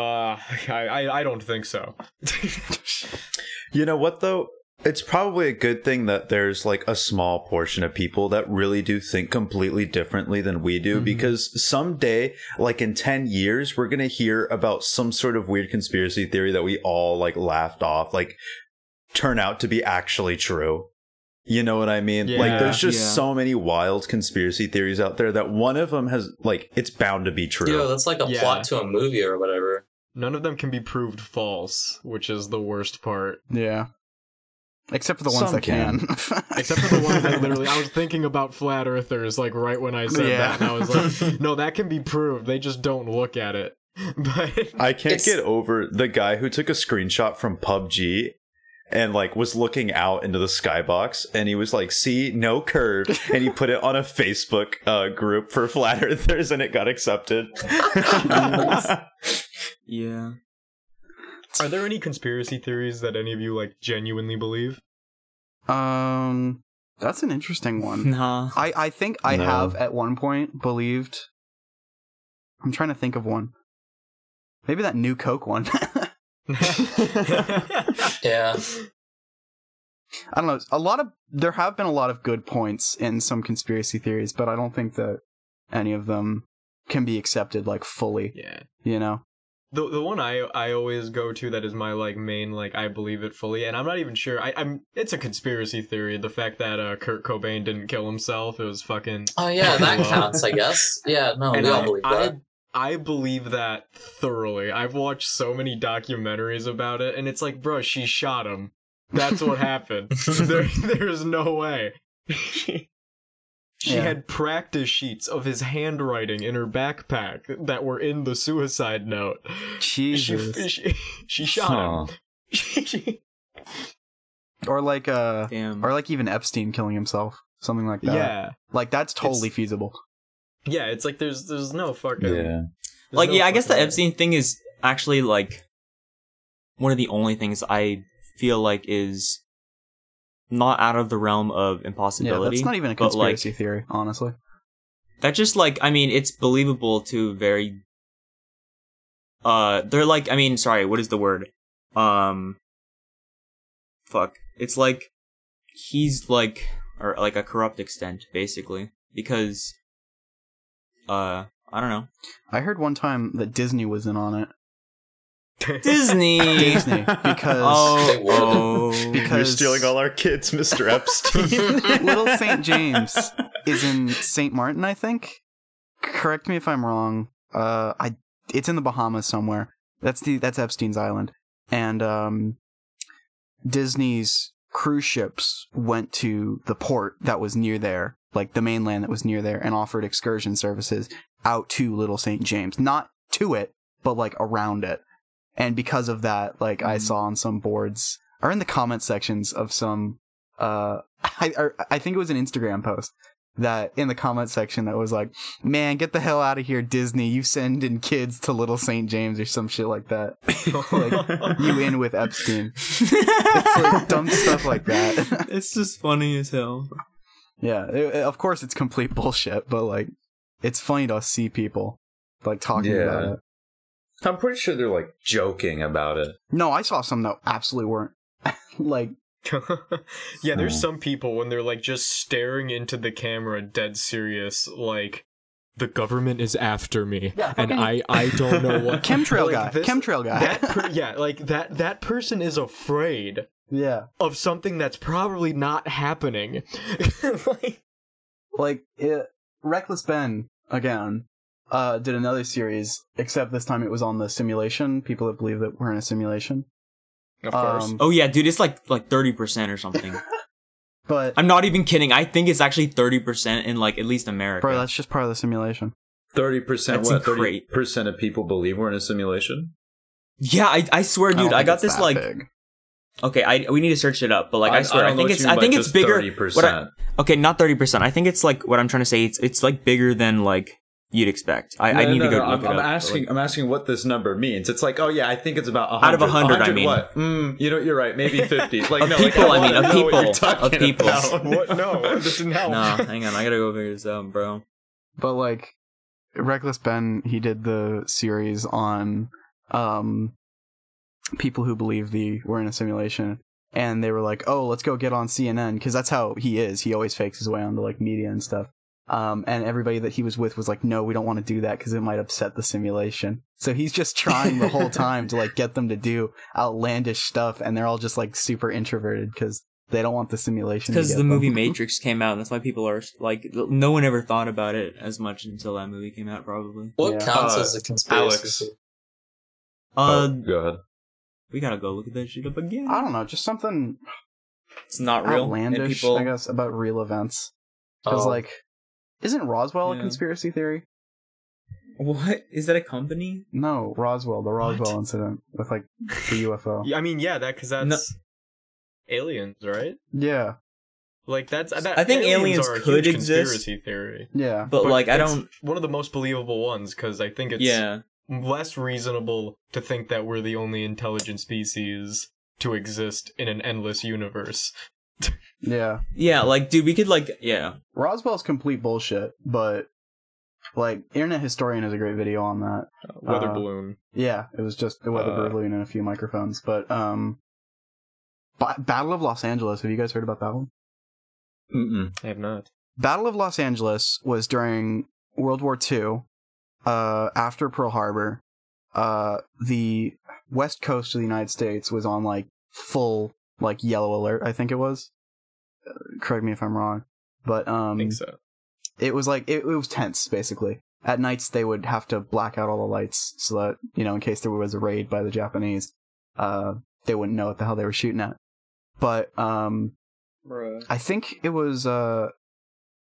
E: uh I, I i don't think so
D: You know what though? It's probably a good thing that there's like a small portion of people that really do think completely differently than we do
C: Mhm.
D: because someday, like in 10 years, we're going to hear about some sort of weird conspiracy theory that we all like laughed off, like turn out to be actually true. You know what I mean? Like
E: Yeah.
D: there's just
B: Yeah.
D: so many wild conspiracy theories out there that one of them has like it's bound to be true.
A: Yo, that's like a
E: Yeah.
A: plot to a movie or whatever.
E: none of them can be proved false which is the worst part
C: Yeah. Except for the ones
D: Some
C: that can.
E: Except for the ones that literally, I was thinking about flat earthers like right when I said
C: Yeah.
E: that, and I was like, no, that can be proved. They just don't look at it. But
D: I can't
A: It's-
D: get over the guy who took a screenshot from PUBG and like was looking out into the skybox and he was like, see, no curve. And he put it on a Facebook uh, group for flat earthers and it got accepted.
B: yeah.
E: are there any conspiracy theories that any of you like genuinely believe?
C: um that's an interesting one.
B: Nah.
C: I I think I
D: No.
C: have at one point believed I'm trying to think of one. Maybe that new Coke one. I
A: Yeah,
C: don't know. A lot of there have been a lot of good points in some conspiracy theories, but I don't think that any of them can be accepted like fully,
E: yeah.
C: you know.
E: The the one I I always go to that is my like main like I believe it fully, and I'm not even sure. I, I'm it's a conspiracy theory. The fact that uh, Kurt Cobain didn't kill himself, it was fucking
A: oh yeah, that
E: Well.
A: counts, I guess. Yeah,
B: Oh,
A: no,
E: And
A: we all
E: I-
A: believe
E: I,
A: that.
E: I believe that thoroughly. I've watched so many documentaries about it, and it's like, bro, she shot him. That's what happened. There, there's no way. she
C: Yeah.
E: had practice sheets of his handwriting in her backpack that were in the suicide note. She,
C: Jesus.
E: she, she shot him.
C: Or like uh
B: Damn.
C: or like even Epstein killing himself. something like that.
E: yeah,
C: Like that's totally feasible.
E: yeah. It's like there's there's no fucking
D: Yeah.
E: there's
B: like
E: no
B: yeah i guess the
E: fucking-
B: epstein thing is actually like one of the only things i feel like is not out of the realm of
C: Yeah,
B: impossibility
C: that's not e- even a
B: but, like,
C: conspiracy theory, honestly.
B: that just like i mean it's believable to very uh they're like i mean sorry what is the word um fuck it's like he's like or like a corrupt extent basically because uh i don't know
C: I heard one time that Disney was in on it.
B: disney
C: Disney, because
B: oh,
A: They were.
B: oh
C: Because-
D: You're stealing all our kids, Mr. Epstein.
C: Little St. James is in St. Martin, I think. Correct me if I'm wrong. Uh, I it's in the Bahamas somewhere. That's the that's Epstein's island, and um, Disney's cruise ships went to the port that was near there, like the mainland that was near there, and offered excursion services out to Little St. James, not to it, but like around it. And because of that, like I saw on some boards or in the comment sections of some uh, I, or I think it was an Instagram post that in the comment section that was like, "Man, get the hell out of here, Disney! You sending kids to Little St. James or some shit like that. like, you in with Epstein? It's like dumb stuff like that.
B: it's just funny as hell
C: yeah, it- it- of course it's complete bullshit, but like, it's funny to see people like talking
D: Yeah.
C: about it.
D: I'm pretty sure they're like joking about it.
C: No, I saw some that absolutely weren't. like,
E: yeah,
D: Hmm.
E: there's some people when they're like just staring into the camera, dead serious, like the government is after me,
C: Yeah,
E: and I
C: fucking-
E: I don't know what
C: chemtrail
E: Like,
C: guy,
E: this-
C: chemtrail guy.
E: That per- yeah, like that that person is afraid
C: yeah.
E: of something that's probably not happening. like,
C: like it, reckless ben again uh did another series except this time it was on the simulation people that believe that we're in a simulation
E: of
C: Um,
B: oh yeah dude it's like like 30% or something
C: but
B: i'm not even kidding i think it's actually 30% in like at least america
C: bro that's just part of the simulation
D: Thirty percent.
B: That's
D: What? Thirty
B: great.
D: percent of people believe we're in a simulation.
B: yeah i, I swear
C: don't
B: dude i,
C: think
B: got
C: it's
B: this
C: that
B: like
C: big.
B: okay i we need to search it up but like i, swear i,
D: don't know
B: think
D: what
B: it's
D: you
B: i
D: mean
B: think
D: by
B: it's
D: just
B: bigger what I-
D: 30%.
B: okay not 30% i think it's like what i'm trying to say it's it's like bigger than like you'd expect i, I
D: No,
B: need
D: no,
B: to go
D: no,
B: look
D: I'm,
B: it
D: I'm
B: up, but,
D: asking.
B: like-
D: I'm asking what this number means. It's like, oh yeah, I think it's about 100.
B: Out of 100, I mean.
D: what? Mm, you know, you're right. Maybe 50. Like
B: Of
D: no,
B: people,
D: like,
B: I mean,
D: wanna
B: of
D: know what
B: people,
D: you're talking
B: of people. Uh,
D: about.
E: What? No, this didn't help.
B: no hang on i gotta go figure this out bro
C: but like reckless ben he did the series on um people who believe the we're in a simulation and they were like oh let's go get on cnn because that's how he is he always fakes his way onto like media and stuff um, and everybody that he was with was like no we don't want to do that because it might upset the simulation so he's just trying the whole time to like get them to do outlandish stuff and they're all just like super introverted because they don't want the simulation to
B: because
C: get
B: the movie
C: them.
B: matrix came out and that's why people are like no one ever thought about it as much until that movie came out probably
A: What
C: Yeah.
A: counts
D: Uh,
A: as a conspiracy?
D: Alex.
A: theory?
B: uh
D: Oh, go ahead.
B: we gotta go look at that shit up again
C: i don't know just something
B: it's not real and
C: outlandish
B: people
C: i guess about real events Because
A: Oh,
C: like, isn't Roswell
B: Yeah.
C: a conspiracy theory?
B: what is that a company
C: No, Roswell, the Roswell incident with like the UFO.
E: Yeah, I mean, yeah, that because that's aliens, right?
C: yeah,
E: Like that's that,
B: I think aliens
E: are a
B: could
E: huge
B: exist.
E: Conspiracy theory,
C: yeah.
B: but, like i
E: it's
B: don't
E: One of the most believable ones because I think it's
B: yeah
E: less reasonable to think that we're the only intelligent species to exist in an endless universe.
C: Yeah,
B: yeah like dude we could like yeah
C: Roswell's complete bullshit. But like, Internet Historian has a great video on that.
E: Weather
C: Uh,
E: balloon.
C: Yeah, it was just the weather
D: Uh,
C: balloon and a few microphones. But um, ba- Battle of Los Angeles. Have you guys heard about that one?
D: Mm-mm.
E: I have not.
C: Battle of Los Angeles was during World War II, uh, after Pearl Harbor. Uh, the west coast of the United States was on like full like yellow alert. I think it was. Uh, correct me if I'm wrong, but
E: I
C: um,
E: think so.
C: it was like it, it was tense basically. At nights they would have to black out all the lights so that you know in case there was a raid by the Japanese, uh, they wouldn't know what the hell they were shooting at. But um,
B: Bruh.
C: I think it was uh,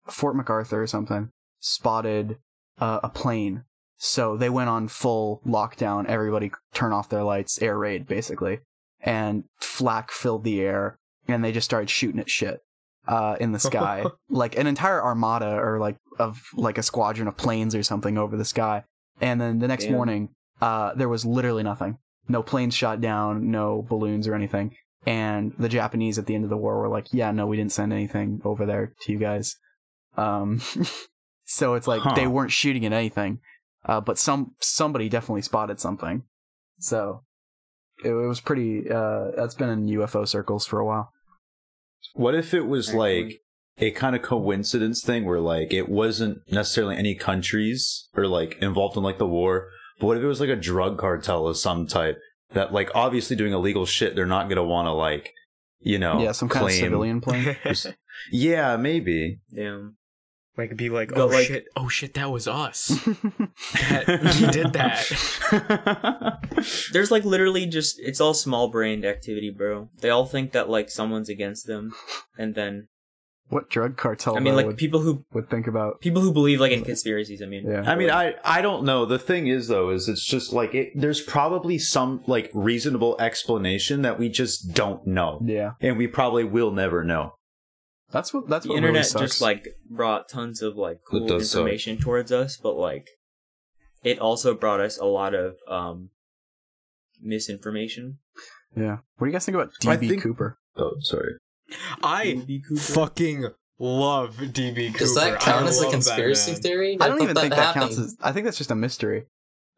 C: Fort MacArthur or something spotted uh, a plane. So they went on full lockdown. Everybody turn off their lights, air raid basically, and flak filled the air, and they just started shooting at shit. uh, in the sky, like an entire armada or like of like a squadron of planes or something over the sky. And then the next
B: Damn.
C: morning, uh, there was literally nothing. No planes shot down, no balloons or anything. And the Japanese at the end of the war were like, "Yeah, no, we didn't send anything over there to you guys." Um, so it's like
D: Huh.
C: they weren't shooting at anything, uh, but some somebody definitely spotted something. So it, it was pretty. Uh, that's been in UFO circles for a while.
D: What if it was
B: Actually.
D: like a kind of coincidence thing where like it wasn't necessarily any countries or like involved in like the war, but what if it was like a drug cartel of some type that like obviously doing illegal shit, they're not gonna want to like you know
C: yeah, some kind of
D: Oh, claim-
C: civilian plane.
D: Yeah, maybe.
B: Damn.
E: Like be like,
B: But,
E: oh
B: like-
E: shit, oh shit, that was us. That- he did that.
B: There's like literally just it's all small brained activity, bro. They all think that like someone's against them, and then
C: what drug cartel
B: I mean
C: though,
B: like
C: would,
B: people who
C: would think about?
B: people who believe like in conspiracies. I mean,
C: Yeah.
D: I mean, I I don't know. The thing is, though, is it's just like it, there's probably some like reasonable explanation that we just don't know,
C: Yeah,
D: and we probably will never know.
C: that's what that's
B: the
C: what
B: internet
C: really sucks.
B: just like brought tons of like
D: It
B: cool
D: does suck.
B: information towards us, but like it also brought us a lot of um misinformation.
C: yeah. What do you guys think about
D: I
C: DB
D: think-
C: Cooper?
D: Oh, sorry.
E: I
B: DB Cooper.
E: fucking love DB Cooper.
A: Does that
E: I
A: count as a
E: love that
A: conspiracy
E: man.
A: theory?
C: I don't
A: thought
C: even think that counts as. I think that's just a mystery.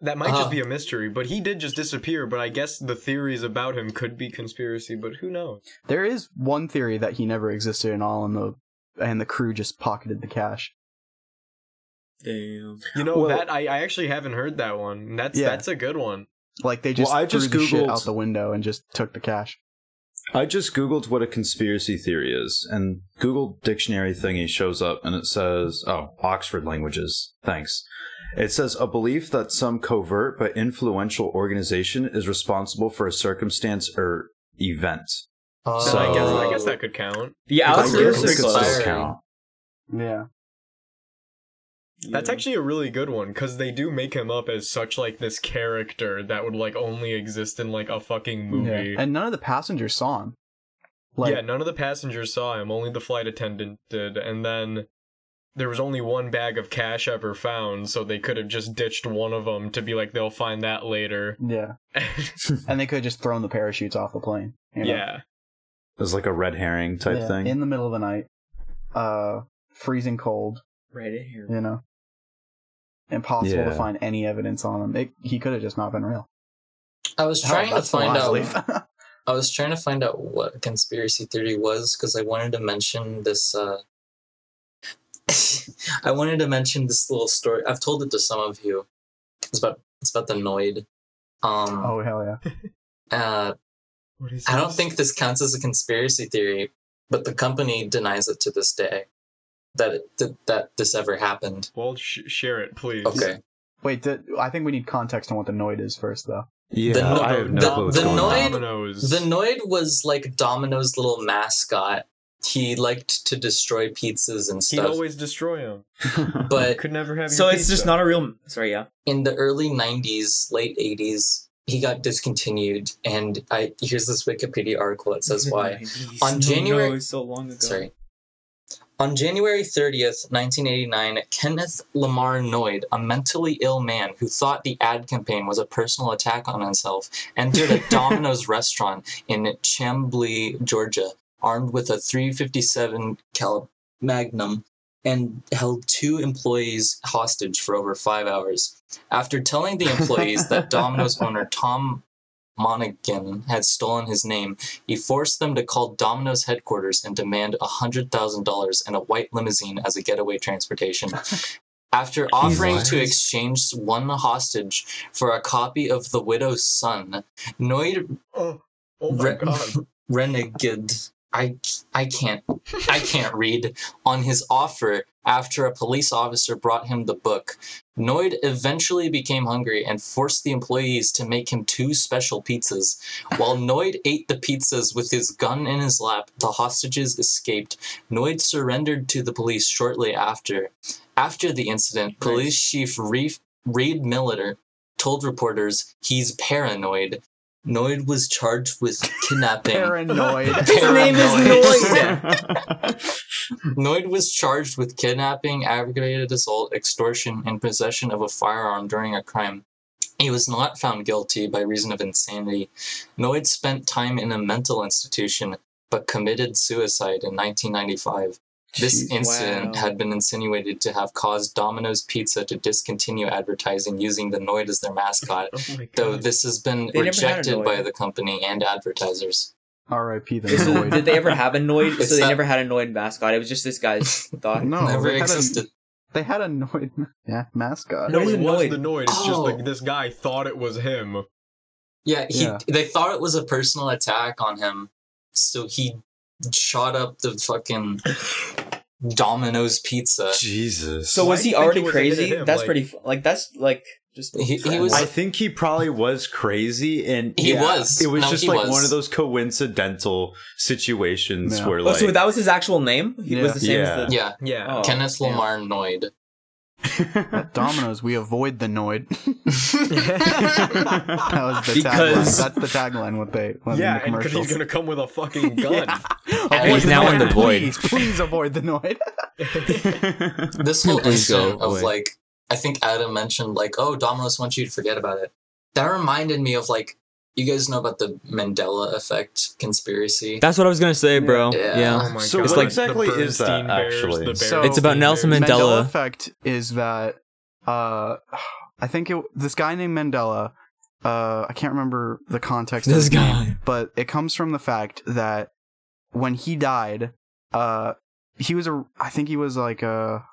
E: That might
A: Uh.
E: just be a mystery, but he did just disappear. But I guess the theories about him could be conspiracy, but who knows?
C: There is one theory that he never existed at all, and the and the crew just pocketed the cash.
B: Damn.
E: You know
D: Well-
E: that I, I actually haven't heard that one. That's
C: Yeah.
E: that's a good one.
C: Like they just
D: Well, I
C: threw
D: just
C: the shit
D: Googled-
C: out the window and just took the cash.
D: I just googled what a conspiracy theory is, and Google dictionary thingy shows up, and it says, "Oh, Oxford languages." Thanks. It says a belief that some covert but influential organization is responsible for a circumstance or event.
E: So,
D: So-
E: I guess I guess that could count.
B: The
D: I
A: Oxford
D: guess
B: outskirts
D: it
B: are
A: languages
D: could still
A: conspiracy.
B: close.
D: count.
C: Yeah.
E: That's
B: Yeah.
E: actually a really good one because they do make him up as such like this character that would like only exist in like a fucking movie.
C: And none of the passengers saw him. Like,
E: yeah, none of the passengers saw him, only the flight attendant did. And then there was only one bag of cash ever found, so they could have just ditched one of them to be like, they'll find that later.
C: yeah. And they could have just thrown the parachutes off the plane. you know?
E: yeah.
D: It was like a red herring type
C: Yeah,
D: thing.
C: In the middle of the night, uh, freezing cold,
B: right in here.
C: you know, impossible to
D: Yeah.
C: find any evidence on him. It, he could have just not been real.
A: Oh. I was
C: Hell,
A: trying to
C: that's the
A: find
C: line
A: out.
C: leave.
A: I was trying to find out what conspiracy theory was because I wanted to mention this. Uh, I wanted to mention this little story. I've told it to some of you. It's about it's about the Noid. Um,
C: oh hell yeah!
A: uh,
E: What is
A: I don't
E: this?
A: think this counts as a conspiracy theory, but the company denies it to this day that it, that, that this ever happened.
E: Well, sh- share it, please.
A: Okay.
C: Wait, did, I think we need context on what the Noid is first, though.
D: yeah,
A: The no-
D: I have no
A: the-
D: clue what's
A: the
D: going
A: noid-
D: on.
E: Dominoes.
A: The Noid was like Domino's little mascot. He liked to destroy pizzas and
E: He'd
A: stuff.
E: always destroy him.
A: but
E: Could never have.
B: So
E: your
B: it's just
E: pizza.
B: not a real. Sorry, yeah.
A: in the early 90s, late 80s, he got discontinued. And I here's this Wikipedia article that says
B: Mm-hmm.
A: why. On January-
B: no, it's so long ago.
A: Sorry. On January 30th, 1989, Kenneth Lamar Noyd, a mentally ill man who thought the ad campaign was a personal attack on himself, entered a Domino's restaurant in Chamblee, Georgia, armed with a 357 caliber magnum and held two employees hostage for over 5 hours. After telling the employees that Domino's owner Tom Monaghan had stolen his name, he forced them to call Domino's headquarters and demand $100,000 and a white limousine as a getaway transportation. After offering to exchange one hostage for a copy of The Widow's Son, Noid
E: Oh, oh my
A: Re-
E: god.
A: renegade. I, I can't I can't read on his offer after a police officer brought him the book. Noid eventually became hungry and forced the employees to make him two special pizzas. While Noid ate the pizzas with his gun in his lap, the hostages escaped. Noid surrendered to the police shortly after. After the incident, police chief Reef, Reed Milliter told reporters he's paranoid. Noid was charged with kidnapping.
C: Paranoid.
B: His name is
A: Paranoid.
B: Noid.
A: Noid was charged with kidnapping, aggravated assault, extortion, and possession of a firearm during a crime. He was not found guilty by reason of insanity. Noid spent time in a mental institution but committed suicide in 1995. This incident
F: Wow.
A: had been insinuated to have caused Domino's Pizza to discontinue advertising using the Noid as their mascot,
E: Oh my
A: though this has been
F: They never had a
A: rejected by
F: Noid.
A: the company and advertisers.
C: R.I.P. the
F: Is it-
C: Noid.
F: did they ever have a Noid?
A: It's
F: So they
A: that-
F: never had a Noid mascot. It was just this guy's thought.
C: No,
A: Never
C: they had,
A: existed.
C: A, they had a Noid yeah, mascot.
F: No,
E: Noid
F: he's
E: was
F: annoyed.
E: the Noid. It's just
A: Oh.
E: like this guy thought it was him.
A: Yeah, he,
C: Yeah.
A: they thought it was a personal attack on him, so he shot up the fucking Domino's Pizza.
D: Jesus.
F: So
E: Why
F: was
E: do
F: he
E: you think
F: already
E: it was
F: crazy?
E: admitted him?
F: That's
E: Like-
F: pretty. fu- Like that's like just.
A: He- he was-
D: I think he probably was crazy, and
A: He was.
D: It was
A: No,
D: just
A: he
D: like
A: was.
D: one of those coincidental situations
C: Yeah.
D: where,
F: Oh,
D: like,
F: so that was his actual name. He was
C: Yeah.
F: the same as the.
A: Yeah,
E: Yeah.
F: Oh,
A: Kenneth
F: damn.
A: Lamar Noid.
E: Oh.
C: At Domino's, we avoid the Noid. that was the
B: Because-
C: tagline. That's the tagline. What they when
E: yeah,
C: in the
E: and because
C: commercials.
E: he's gonna come with a fucking gun.
C: Avoid
B: he's now in the void.
C: Please, please avoid the Noid.
A: This whole
B: Please go
A: incident of
B: away.
A: like, I think Adam mentioned like, oh, Domino's wants you to forget about it. That reminded me of like, you guys know about the Mandela effect conspiracy.
B: That's what I was gonna say, bro.
A: Yeah.
B: Yeah.
E: Oh my
D: So
E: god.
B: what
E: Like,
D: exactly
E: the
D: is that,
E: Bernstein Bears,
D: actually?
E: the
C: So-
E: Bears,
C: It's about
E: the
B: Nelson
E: Bears.
B: Mandela.
C: Mandela effect is that uh, I think it this guy named Mandela. Uh, I can't remember the context. of
B: This
C: his name,
B: guy.
C: but it comes from the fact that when he died, uh, he was a. I think he was like a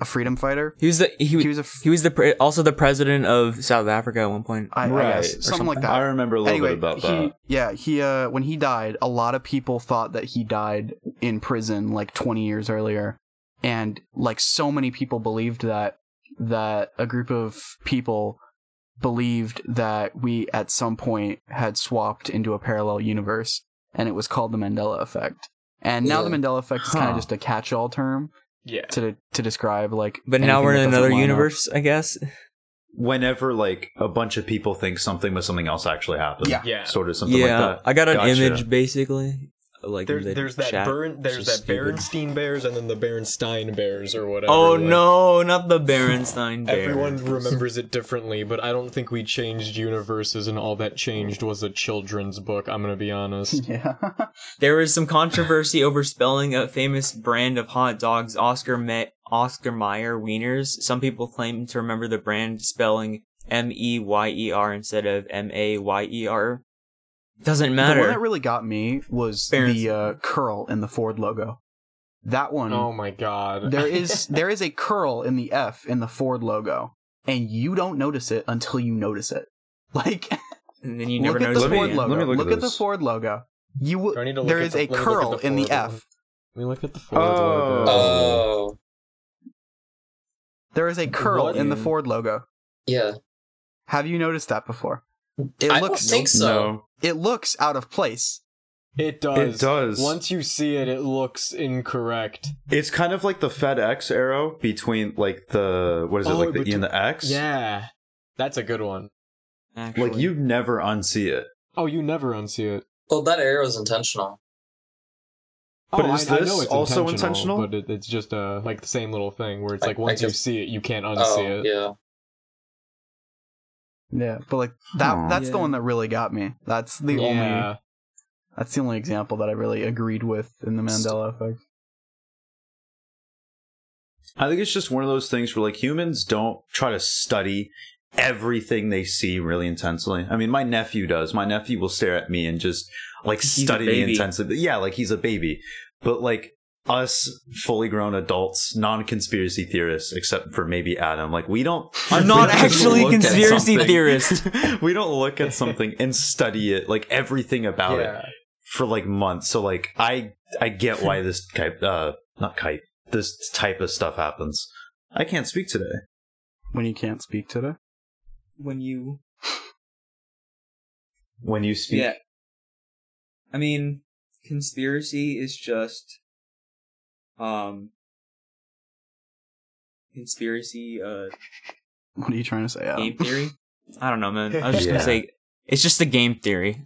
C: a freedom fighter.
B: He was the he,
C: He
B: was
C: was a. f-
B: he was the pre- also the president of South Africa at one point.
C: I- I
D: Right,
C: guess,
D: or
C: something like that.
D: I remember a little bit about
C: he,
D: that.
C: Yeah, he uh when he died, a lot of people thought that he died in prison like 20 years earlier. And like so many people believed that that a group of people believed that we at some point had swapped into a parallel universe and it was called the Mandela effect. And now the
A: Yeah.
C: Mandela effect is kind
D: Huh.
C: of just a catch-all term
E: Yeah.
C: to to describe like
B: But now we're in
C: anything that doesn't
B: another
C: line up.
B: universe, I guess.
D: Whenever like a bunch of people think something, but something else actually happened.
C: Yeah.
E: Yeah.
D: sort of something
B: Yeah,
D: like that.
B: I got an
D: Gotcha.
B: image basically. Like
E: There's
B: the
E: there's that
B: chat.
E: Bern, there's
B: Just
E: that
B: stupid.
E: Bernstein Bears and then the Bernstein Bears or whatever.
B: Oh
E: like,
B: no, not the Berenstein Bear.
E: Everyone remembers it differently, but I don't think we changed universes, and all that changed was a children's book. I'm gonna be honest.
C: Yeah.
B: There was some controversy over spelling a famous brand of hot dogs, Oscar Me- Oscar Mayer wieners. Some people claim to remember the brand spelling M E Y E R instead of M A Y E R. Doesn't
C: The one that
B: matter.
C: really got me was
B: Fairness.
C: the uh, curl in the Ford logo. That one.
E: Oh my god.
C: there is there is a curl in the F in the Ford logo, and you don't notice it until you notice it. Like
B: and then you never
C: look at
B: notice
C: the
B: it
D: me-
C: Ford
B: again.
D: let
C: logo.
D: me
C: look
D: look at
C: at the
D: this.
C: Ford logo. You will.
E: I need to look
C: There
E: at
C: is a
E: the- let me look at
C: curl
E: the
C: in the
E: Ford
C: F.
E: Let me look at the Ford
D: Oh.
E: logo.
A: Oh,
C: There is a curl
E: What
C: in the
B: in-
C: Ford logo.
A: yeah.
C: Have you noticed that before? It
A: I don't
C: looks
A: think so.
D: No.
C: it looks out of place.
E: It does.
D: It does.
E: Once you see it, it looks incorrect.
D: It's kind of like the FedEx arrow between like the what is it
E: Oh,
D: like the E
E: between-
D: and the X.
E: Yeah, that's a good one.
B: Actually.
D: Like you never unsee it.
E: Oh, you never unsee it.
A: Well, that arrow's intentional.
D: But
E: oh,
D: is
E: I, I
D: this
E: know it's
D: also intentional?
E: But it, it's just uh, like the same little thing where it's
A: I-
E: like
A: I
E: once you
A: just-
E: see it, you can't unsee
A: Oh,
E: it.
A: yeah.
C: Yeah, but like that.
D: Aw.
C: that's the
B: Yeah.
C: one that really got me. That's the only.
E: yeah.
C: That's the only example that I really agreed with in the Mandela effect.
D: I think it's just one of those things where like humans don't try to study everything they see really intensely. I mean, my nephew does. My nephew will stare at me and just like
B: He's a
D: study me
B: baby.
D: intensely. Yeah, like he's a baby. But like us fully grown adults, non-conspiracy theorists, except for maybe Adam, like we don't
B: I'm
D: we
B: not
D: don't just
B: actually
D: look at
B: conspiracy
D: something.
B: theorist.
D: we don't look at something and study it like everything about it
E: yeah.
D: for like months. So like I I get why this type uh not kite this type of stuff happens. I can't speak today.
C: When you can't speak today.
B: when you
D: When you speak,
B: Yeah. I mean, conspiracy is just um conspiracy uh
C: What are you trying to say, Adam?
B: game theory. uh, I don't know, man. I was just
D: Yeah.
B: gonna say It's just the game theory.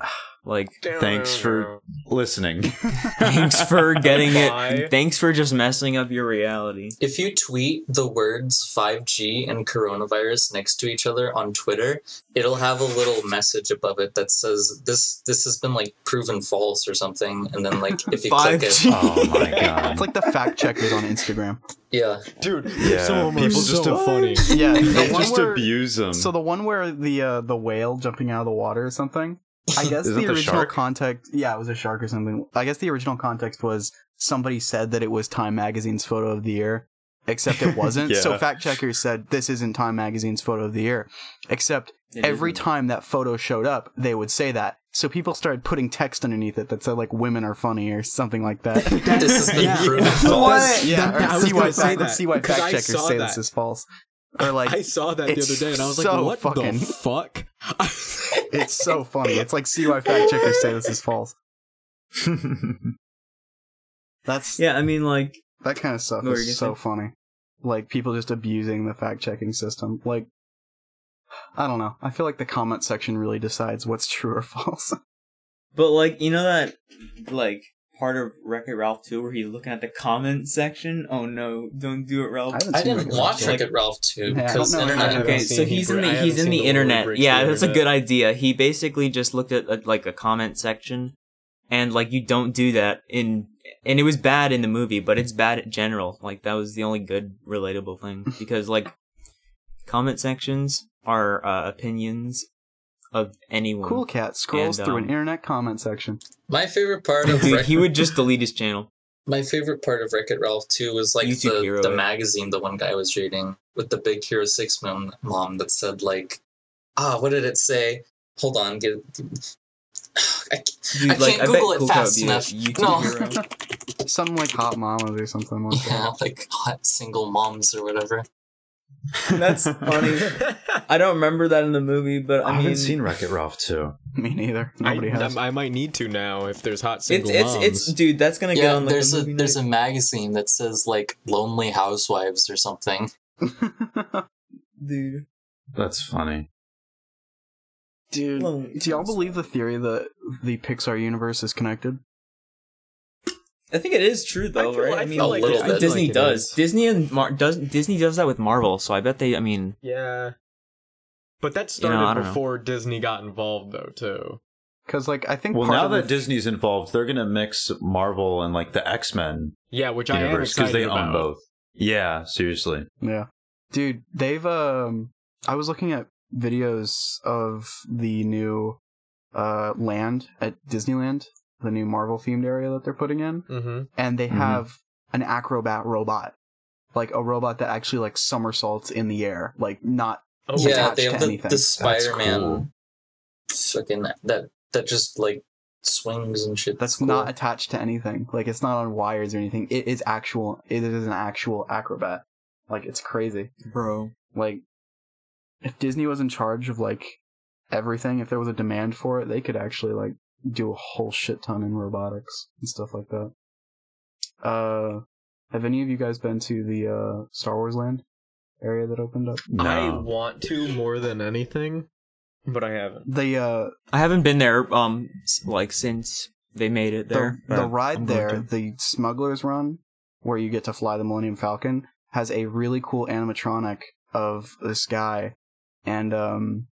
B: Like,
D: Thanks for listening.
B: thanks for getting
E: Bye.
B: it. Thanks for just messing up your reality.
A: If you tweet the words 5G and coronavirus next to each other on Twitter, it'll have a little message above it that says this this has been like proven false or something and then like if you click it
C: 5G.
D: Oh my
C: It's
D: god.
C: like the fact checkers on Instagram.
A: yeah
E: dude.
D: Yeah,
E: some of them are
D: people just
E: so
D: a-
E: funny.
C: Yeah, the
D: They
C: one
D: just
C: where-
D: abuse them.
C: So the one where the uh, the whale jumping out of the water or something. I guess
D: Is
C: the
D: it the
C: original
D: shark?
C: context. Yeah, it was a shark or something. I guess the original context was somebody said that it was Time Magazine's photo of the year, except it wasn't. So
D: Yeah.
C: fact checkers said this isn't Time Magazine's photo of the year, except
F: It
C: every
F: isn't.
C: time that photo showed up, they would say that. So people started putting text underneath it that said like "women are funny" or something like that.
A: this has been
E: Yeah.
A: proven
C: That's-
A: false
C: Yeah,
E: That- that- I
C: or
E: was
C: see why
E: gonna say
C: fact,
E: that,
C: see why
E: because
C: fact
E: I
C: checkers
E: saw
C: say
E: that.
C: this is false, or like
E: I saw that the
C: It's
E: other day, and I was like,
C: so
E: "What
C: fucking-
E: the fuck?"
C: It's so funny. It's like see why fact checkers say this is false. That's
B: Yeah, I mean, like,
C: that kind of stuff
B: What were you
C: is so
B: gonna
C: funny. Like people just abusing the fact checking system. Like I don't know. I feel like the comment section really decides what's true or false.
F: But like you know that like part of Wreck-It Ralph 2 where he's looking at the comment section. Oh no, don't do it,
E: Oh,
F: Ralph.
C: haven't
A: i
C: seen
A: didn't
C: Wreck-It
A: watch
C: Ralph
A: Wreck
C: yet.
A: It Ralph 2
C: Yeah, I
A: because
C: don't know.
A: internet
E: I haven't
B: okay,
E: seen
B: so
E: the
B: he's
E: br-
B: in
E: I
B: the
E: haven't
B: he's in
E: seen
B: the,
E: the Lord
B: internet.
E: Breaks
B: Yeah,
E: the
B: that's a
E: Internet.
B: good idea. He basically just looked at uh, like a comment section, and like you don't do that in. And it was bad in the movie, but it's bad in general. Like that was the only good relatable thing because like comment sections are uh, opinions of anyone.
C: Cool cat scrolls
B: And,
C: through an
B: um,
C: internet comment section.
A: my favorite part of
B: Dude,
A: Wreck-
B: he would just delete his channel.
A: my favorite part of Wreck It Ralph 2 was like
B: YouTube
A: the,
B: hero,
A: the
B: yeah.
A: magazine the one guy was reading with the big Hero 6 mom, mom that said, like, ah, what did it say? Hold on, get. I can't-
B: Dude,
A: I can't Google it
B: Cool Cat would
A: fast
B: be a
A: enough.
B: YouTube
A: No.
B: hero.
C: Something like hot mamas or something like
A: Yeah, like hot single moms or whatever.
F: That's funny. I don't remember that in the movie, but I,
D: I
F: mean,
D: haven't seen Wreck It Ralph 2.
C: that. Me neither.
E: I,
C: Nobody has.
E: I might need to now if there's hot
F: it's
E: single
F: it's
E: moms.
F: it's dude. That's gonna get
A: Yeah,
F: on like,
A: there's
F: the
A: a
F: movie
A: there's
F: night.
A: a magazine that says like lonely housewives or something.
F: dude.
D: That's funny.
C: Dude,
F: Lonely
C: do y'all
F: House.
C: believe the theory that the Pixar universe is connected?
F: I think it is true though,
E: I feel-
F: right?
E: I
F: I mean,
E: feel
A: like it- I
F: but
A: feel
F: Disney
E: like it
F: does.
E: is.
B: Disney and Mar- does Disney does that with Marvel, so I bet they. I mean,
E: yeah, but that
B: You know,
E: started
B: I don't know.
E: before Disney got involved, though. Too.
C: Because like I think
D: Well,
C: part
D: now
C: of
D: that
C: the-
D: Disney's involved, they're going to mix Marvel and like the X Men
E: Yeah, which I am
D: universe because
E: excited
D: they
E: about.
D: own both. Yeah, seriously.
C: Yeah. Dude, they've um I was looking at videos of the new uh land at Disneyland, the new Marvel themed area that they're putting in,
E: Mm-hmm.
C: and they
D: Mhm.
C: have an acrobat robot. Like a robot that actually like somersaults in the air, like not
E: Oh,
A: yeah,
C: attached
A: they
C: to
A: have the,
C: anything.
A: the
C: That's
A: Spider Man
D: cool.
A: fucking that that just like swings and shit.
C: that's
A: cool.
C: not attached to anything. Like it's not on wires or anything. It is actual it is an actual acrobat. Like it's crazy.
B: bro,
C: like if disney was in charge of like everything if there was a demand for it they could actually like do a whole shit ton in robotics and stuff like that uh have any of you guys been to the uh star wars land area that opened up
E: I
D: No.
E: want to more than anything, but I haven't.
C: the uh
B: I haven't been there. Um, s- like since they made it there.
C: the,
B: but
C: the ride
B: I'm going
C: there
B: to.
C: the smugglers run where you get to fly the millennium falcon has a really cool animatronic of this guy and um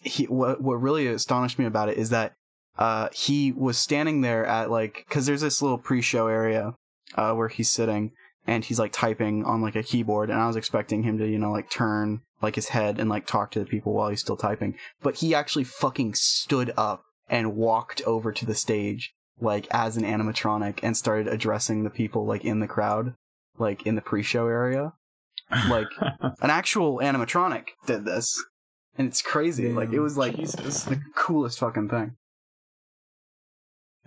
C: he what what really astonished me about it is that uh he was standing there at like cuz there's this little pre-show area uh where he's sitting and he's like typing on like a keyboard and I was expecting him to you know like turn like his head and like talk to the people while he's still typing but he actually fucking stood up and walked over to the stage like as an animatronic and started addressing the people like in the crowd like in the pre-show area like an actual animatronic did this and it's crazy like it was like
E: Jesus.
C: the coolest fucking thing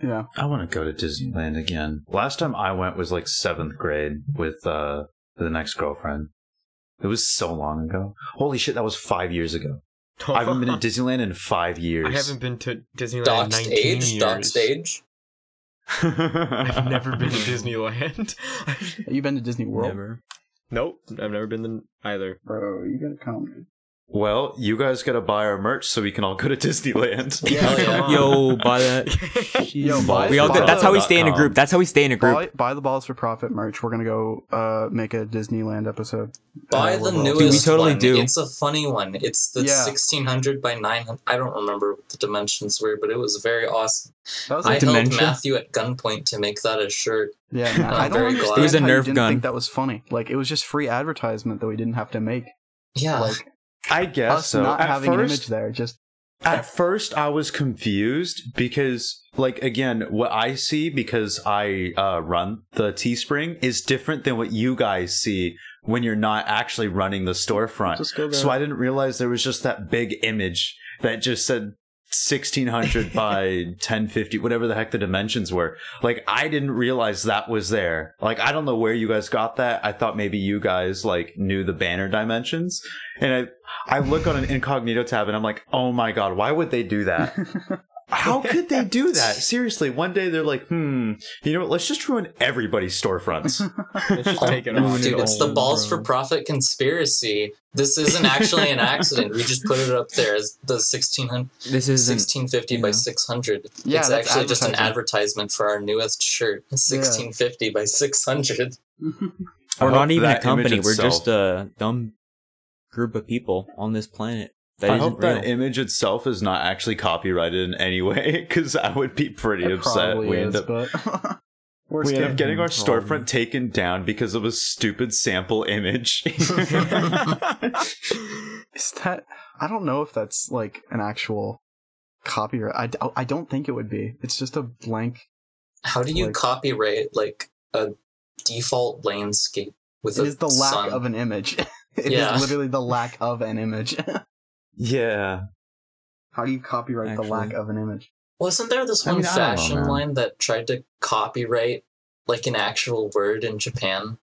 C: yeah
D: I want to go to Disneyland again. Last time I went was like seventh grade with uh the next girlfriend. It was so long ago. Holy shit, that was five years ago. I haven't been to Disneyland in five years.
E: I haven't been to Disneyland in
A: doxed
E: 19
A: age,
E: years.
A: doxed age.
E: I've never been to Disneyland.
C: you been to disney world
B: Never.
E: nope, I've never been to either.
C: bro you gotta come
D: Well, you guys gotta buy our merch so we can all go to Disneyland.
E: Yeah, yeah.
B: Yo, buy that.
C: Yo, buy,
B: We all.
C: buy
B: Did, that's
C: the-
B: how we stay in a group. That's how we stay in a group.
C: Buy, buy the balls for profit merch. We're gonna go uh, make a Disneyland episode.
A: Buy
C: Uh,
A: the
C: we're-
A: newest
B: we totally
A: one.
B: do.
A: It's a funny one. It's the
C: Yeah.
A: 1600 by 900. I don't remember what the dimensions were, but it was very awesome.
C: That was
A: I
C: like,
A: held
B: dimension?
A: Matthew at gunpoint to make that a shirt.
C: yeah, man, I don't
A: very glad.
C: understand
A: It was
B: a
C: how you
B: Nerf
C: didn't
B: gun.
C: think that was funny. Like it was just free advertisement that we didn't have to make.
A: Yeah.
C: Like
D: I guess
C: us
D: so.
C: not
D: At
C: having an
D: first-
C: image there, just
D: At first, I was confused because, like, again, what I see because I uh, run the Teespring is different than what you guys see when you're not actually running the storefront.
E: Just go there.
D: So I didn't realize there was just that big image that just said 1600 by 1050, whatever the heck the dimensions were. Like, I didn't realize that was there. Like, I don't know where you guys got that. I thought maybe you guys, like, knew the banner dimensions. And I, I look on an incognito tab and I'm like, oh my God, why would they do that? How could they do that? Seriously, one day they're like, hmm, you know what? Let's just ruin everybody's storefronts.
E: Let's just take it
A: Oh,
E: on.
A: Dude, it's the balls for profit conspiracy. This isn't actually an accident. We just put it up there as the 1600,
B: This isn't.
A: 1650 by
B: yeah.
A: 600.
C: Yeah,
A: it's
C: that's
A: actually just an
C: advertising.
A: advertisement for our newest shirt, 1650 by 600.
B: We're
D: I
B: not
D: hope
B: even a
D: that image
B: company. We're
D: itself-
B: just a dumb group of people on this planet. That
D: I
B: not
D: hope
B: real.
D: that image itself is not actually copyrighted in any way, because I would be pretty
C: it
D: upset.
C: probably
D: We
C: is,
D: end up
C: but we're
D: we end up
C: scared.
D: getting our storefront taken down because of a stupid sample image.
C: Is that? I don't know if that's like an actual copyright. I, d- I don't think it would be. It's just a blank.
A: How do you
C: Like-
A: copyright like a default landscape with
C: It
A: a
C: is the lack
A: sun?
C: of an image. It is
A: Yeah.
C: literally the lack of an image.
D: yeah,
C: How do you copyright
B: Actually.
C: the lack of an image?
A: Wasn't there this
D: I
A: one
D: mean, I don't know,
A: fashion
D: man.
A: line that tried to copyright like an actual word in Japan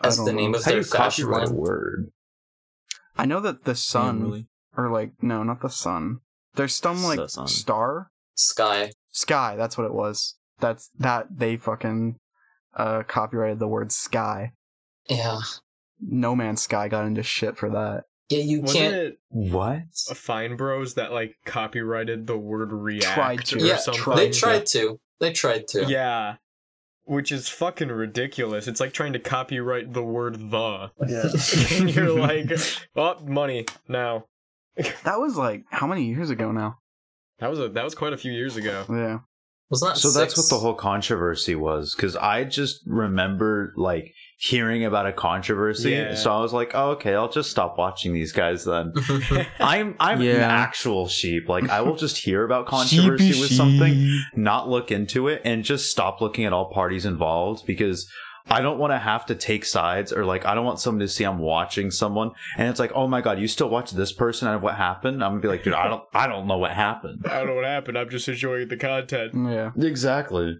C: I
A: as
C: don't
A: the name
C: know.
A: of
D: how do
A: their
D: you
A: fashion
D: copyright a
A: line?
D: word?
C: I know that the sun, or like no, not the sun. There's some like
B: The sun.
C: star
A: Sky.
C: sky. That's what it was. That's that they fucking uh copyrighted the word sky.
A: Yeah.
C: No Man's Sky got into shit for that.
A: Yeah, you
E: Wasn't
A: can't
E: it
D: What?
E: a Fine Bros that like copyrighted the word react
C: Tried to.
E: or
A: Yeah,
E: something?
A: they tried to. They tried to.
E: Yeah. Which is fucking ridiculous. It's like trying to copyright the word the.
C: Yeah.
E: and you're like, oh, money now.
C: That was like how many years ago now?
E: That was a that was quite a few years ago.
C: Yeah.
A: Was that
D: So that's what
A: six?
D: the whole controversy was, because I just remember like hearing about a controversy,
E: Yeah.
D: so I was like, oh, okay, I'll just stop watching these guys then. I'm I'm an
B: Yeah.
D: actual sheep. Like I will just hear about controversy with something, not look into it, and just stop looking at all parties involved because I don't want to have to take sides or like I don't want someone to see I'm watching someone and it's like, oh my god, you still watch this person and what happened? I'm gonna be like, dude, I don't I don't know what happened.
E: I don't know what happened. I'm just enjoying the content.
C: Yeah.
D: Exactly.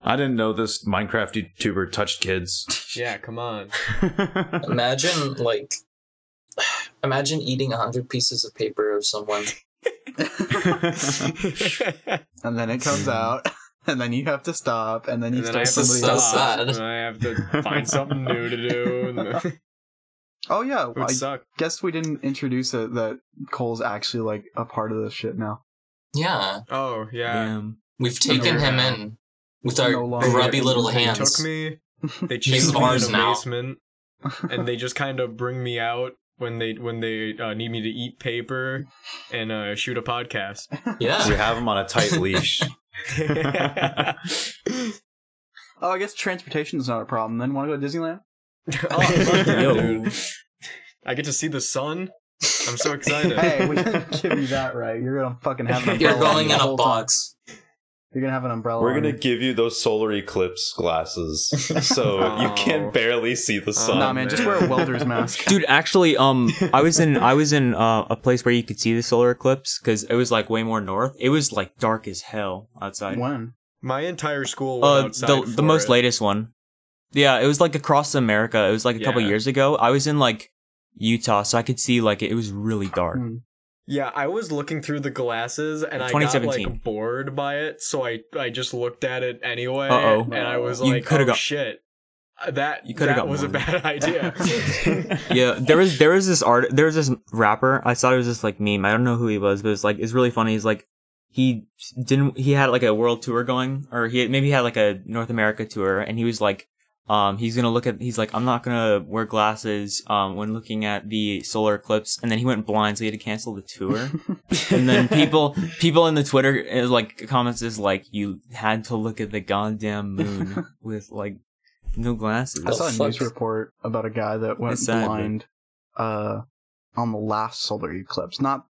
D: I didn't know this Minecraft YouTuber touched kids.
E: Yeah, come on.
A: Imagine like imagine eating a hundred pieces of paper of someone.
C: and then it comes out, and then you have to stop, and then you
E: and then I have to
A: still
C: somebody
A: so
E: stop.
C: else.
A: sad.
E: And I have to find something new to do. And it
C: Oh yeah,
E: would
C: I
E: suck.
C: guess we didn't introduce it that Cole's actually like a part of this shit now.
A: Yeah.
E: Oh yeah.
B: Damn.
A: We've taken
E: we're
A: him
E: now-
A: in with our
C: no longer
A: grubby
C: in
A: little
C: the
E: They
A: hands.
E: took me. They
A: He's
E: chased me in
A: ours
E: the
A: now.
E: basement, and they just kind of bring me out when they when they uh, need me to eat paper and uh, shoot a podcast.
A: Yeah.
D: we have him on a tight leash.
C: Oh, I guess transportation is not a problem. Then want to go to Disneyland?
E: Oh, I love that,
B: Yo.
E: dude. I get to see the sun. I'm so excited.
C: hey, we didn't give you that right. You're gonna fucking have an umbrella.
A: You're
C: on
A: going
C: you
A: in
C: the
A: a
C: whole time.
A: box.
C: You're gonna have an umbrella.
D: We're
C: on
D: gonna
C: you.
D: give you those solar eclipse glasses, so you
E: Oh.
D: can barely see the sun.
C: Nah, man, just wear a welder's mask.
B: Dude, actually, um, I was in I was in uh, a place where you could see the solar eclipse because it was like way more north. It was like dark as hell outside.
C: When?
E: My entire school went
B: Uh,
E: outside
B: the
E: for
B: the most
E: it.
B: latest one. Yeah, it was like across America. It was like a couple
E: Yeah.
B: years ago. I was in like Utah, so I could see like it, it was really dark.
C: Hmm.
E: Yeah, I was looking through the glasses and I got
B: 2017.
E: like bored by it, so I I just looked at it anyway,
B: Uh-oh.
E: and I was
B: You
E: like,
B: coulda
E: oh
B: got-
E: shit, that
B: You coulda
E: that
B: got
E: was a
B: money.
E: bad idea.
B: yeah, there was there was this art there was this rapper. I saw it was this like meme. I don't know who he was, but it's like it's really funny. He's like he didn't he had like a world tour going or he maybe had like a North America tour and he was like um he's going to look at he's like I'm not going to wear glasses um when looking at the solar eclipse and then he went blind so he had to cancel the tour. and then people people in the Twitter uh, like comments is like you had to look at the goddamn moon with like no glasses.
C: I saw a
A: fuck?
C: news report about a guy that went
B: It's sad, but-
C: blind uh, on the last solar eclipse. Not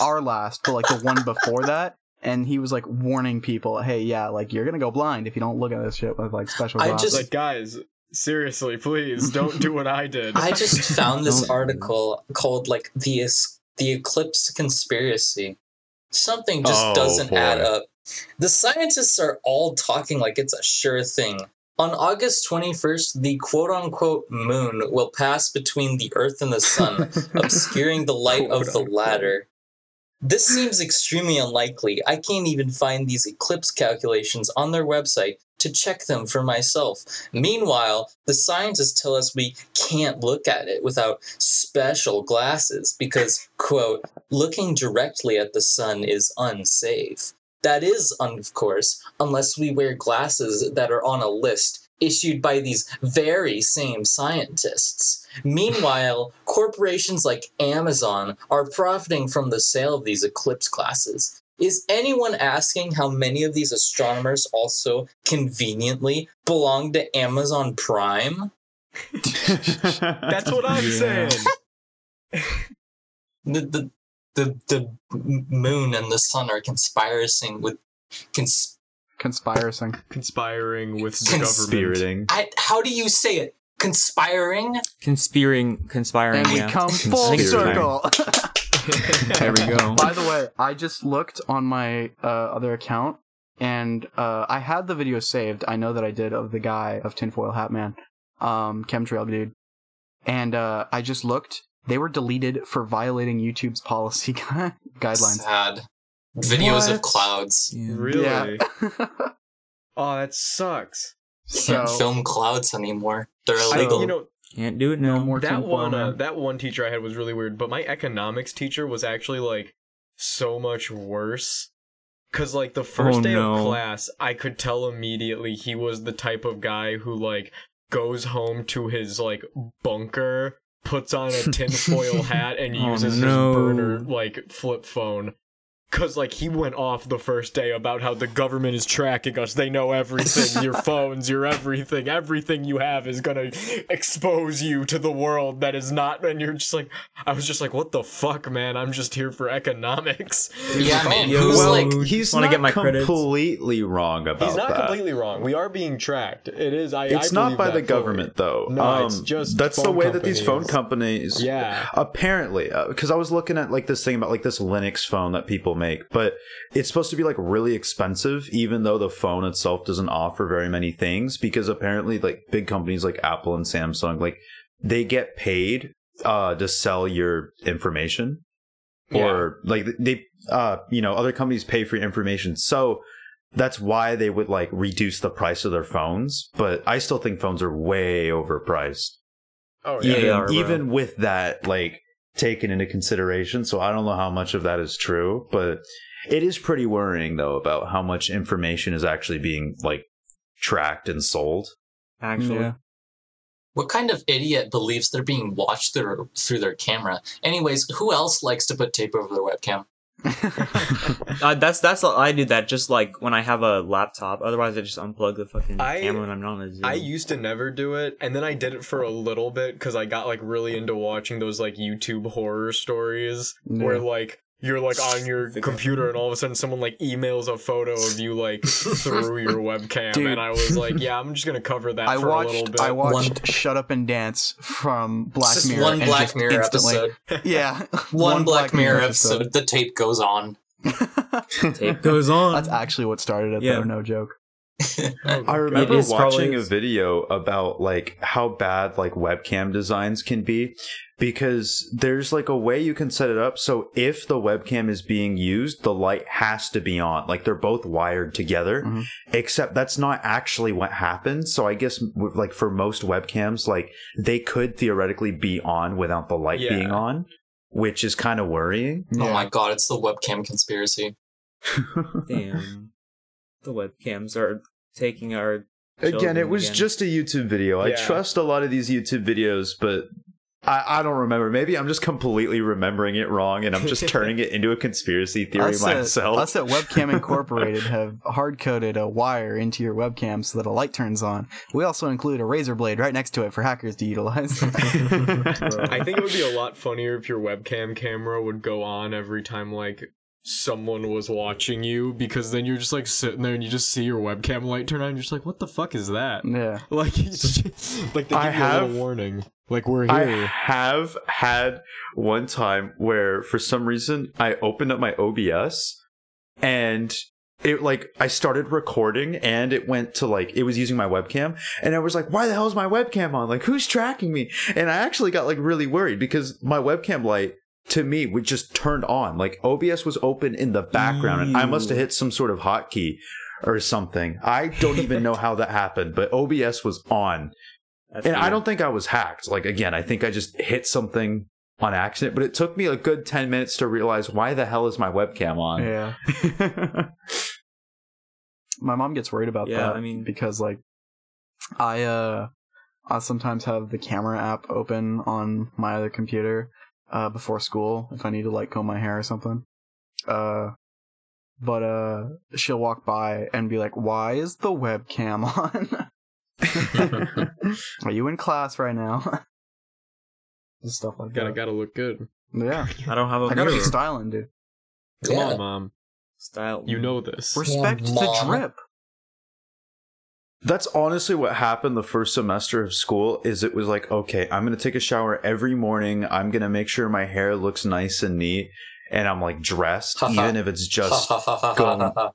C: our last, but like the one before that. And he was like warning people, hey, yeah, like you're going to go blind if you don't look at this shit with like special
A: I
C: glasses.
A: just-
E: like guys, seriously, please don't do what I did.
A: I just found this
B: Don't-
A: article called like the es- the eclipse conspiracy. Something just
D: Oh,
A: doesn't
D: boy.
A: add up. The scientists are all talking like it's a sure thing. On August 21st, the quote unquote moon will pass between the Earth and the Sun, obscuring the light of the latter. This seems extremely unlikely. I can't even find these eclipse calculations on their website to check them for myself. Meanwhile, the scientists tell us we can't look at it without special glasses because, quote, looking directly at the sun is unsafe. That is, un- of course, unless we wear glasses that are on a list issued by these very same scientists. Meanwhile, corporations like Amazon are profiting from the sale of these eclipse glasses. Is anyone asking how many of these astronomers also conveniently belong to Amazon Prime?
E: That's what I'm
B: Yeah.
E: saying.
A: the the the, the m- moon and the sun are conspiring with cons-
C: Conspiring.
E: Conspiring with the government.
D: Conspirating.
A: I, how do you say it conspiring
B: conspiring conspiring
C: And
B: yeah.
C: we come full
D: Conspiracy.
C: circle.
B: there we go
C: By the way, I just looked on my uh, other account, and uh, I had the video saved. I know that I did of the guy of Tinfoil Hat Man, um, Chemtrail dude, and uh, I just looked. They were deleted for violating YouTube's policy gui- guidelines.
A: sad videos of
C: What?
A: clouds
B: Yeah.
E: really?
C: Yeah.
E: Oh, that sucks.
A: can't
C: so
A: film clouds anymore they're
E: I,
A: illegal
E: you know,
B: Can't do it now.
C: more
E: that
C: tinfoil
E: one uh,
C: man.
E: that one teacher I had was really weird, but my economics teacher was actually like so much worse. Cause like the first
B: Oh,
E: day
B: no.
E: of class, I could tell immediately he was the type of guy who like goes home to his like bunker, puts on a tinfoil hat, and
B: Oh,
E: uses
B: no.
E: his burner like flip phone. Cause like he went off the first day about how the government is tracking us. They know everything. your phones, your everything, everything you have is gonna expose you to the world that is not. And you're just like, I was just like, what the fuck, man? I'm just here for economics.
A: yeah man
B: yo,
A: who's
B: well,
A: like
B: Just
D: he's
B: wanna
D: not
B: get my credits.
D: completely wrong about
E: He's not
D: that.
E: completely wrong. We are being tracked. It is. I.
D: it's
E: I
D: not
E: believe
D: by
E: that
D: the
E: fully.
D: government though. Um,
E: No, it's just
D: that's the
E: phone
D: way that these phone
E: companies.
D: companies
E: Yeah.
D: apparently because i was looking at like this thing about like this linux phone that people make but it's supposed to be like really expensive even though the phone itself doesn't offer very many things because apparently like big companies like apple and samsung like they get paid uh to sell your information or like they uh you know other companies pay for your information so that's why they would like reduce the price of their phones but i still think phones are way overpriced
E: Oh yeah.
B: Yeah,
D: even,
B: they are, bro.
D: even with that like taken into consideration so i don't know how much of that is true but it is pretty worrying though about how much information is actually being like tracked and sold
B: Actually,
C: Yeah.
A: what kind of idiot believes they're being watched through, through their camera anyways who else likes to put tape over their webcam
B: uh, that's that's I do that just like when I have a laptop. Otherwise, I just unplug the fucking
E: I-
B: camera when I'm not on a Zoom.
E: I used to never do it, and then I did it for a little bit because I got like really into watching those like YouTube horror stories where
C: Yeah.
E: like you're like on your computer and all of a sudden someone like emails a photo of you like through your webcam,
C: Dude.
E: and I was like, yeah, I'm just gonna cover that
C: I
E: for a little
C: watched
E: bit.
C: I watched
A: One-
C: Shut Up and Dance from Black
A: just
C: Mirror.
A: one
C: and
A: black
C: just
A: mirror
C: instantly-
A: episode
C: Yeah.
A: one, black, mirror, episode. the tape goes on
B: tape goes on.
C: That's actually what started it
B: Yeah.
C: though, no joke.
D: I remember
B: is
D: watching
B: probably-
D: a video about like how bad like webcam designs can be because there's like a way you can set it up so if the webcam is being used the light has to be on like they're both wired together
B: Mm-hmm.
C: Mhm.
D: except that's not actually what happened so i guess w- like for most webcams like they could theoretically be on without the light
A: Yeah.
D: being on which is kind of worrying
A: Oh my god, it's the webcam conspiracy.
B: Damn. the webcams are taking our.
D: again it
B: children
D: was
B: again.
D: just a youtube video i
E: Yeah.
D: trust a lot of these youtube videos but I, I don't remember. Maybe I'm just completely remembering it wrong, and I'm just turning it into a conspiracy theory
C: us
D: myself.
C: At, us uh, at Webcam Incorporated have hard coded a wire into your webcam so that a light turns on. We also include a razor blade right next to it for hackers to utilize.
E: I think it would be a lot funnier if your webcam camera would go on every time like someone was watching you because then you're just like sitting there and you just see your webcam light turn on and you're just like what the fuck is that?
C: yeah.
E: Like it's just- like they give
D: I
E: you a
D: have-
E: little warning. Like we're
D: I
E: here.
D: have had one time where for some reason I opened up my OBS and it like I started recording and it went to like it was using my webcam and I was like why the hell is my webcam on like who's tracking me and I actually got like really worried because my webcam light to me would just turned on like OBS was open in the background and I must have hit some sort of hotkey or something I don't even know how that happened but OBS was on
B: That's
D: and I
B: weird.
D: don't think I was hacked. Like again, I think I just hit something on accident, but it took me a good 10 minutes to realize why the hell is my webcam on?
C: Yeah. My mom gets worried about
B: Yeah,
C: that.
B: I mean-
C: because like, I uh, I sometimes have the camera app open on my other computer, uh, before school if I need to like comb my hair or something. Uh, but uh, she'll walk by and be like, "Why is the webcam on? Are you in class right now?" Just stuff like
E: Gotta
C: that.
E: gotta look good.
C: Yeah,
B: I don't have a
C: I gotta be
B: mirror.
C: styling, dude.
E: Come
A: Yeah.
E: on, mom.
B: style.
E: You know this.
C: Respect the
A: mom.
C: drip.
D: That's honestly what happened the first semester of school is it was like, okay, I'm going to take a shower every morning. I'm going to make sure my hair looks nice and neat and I'm like dressed even if it's just gone.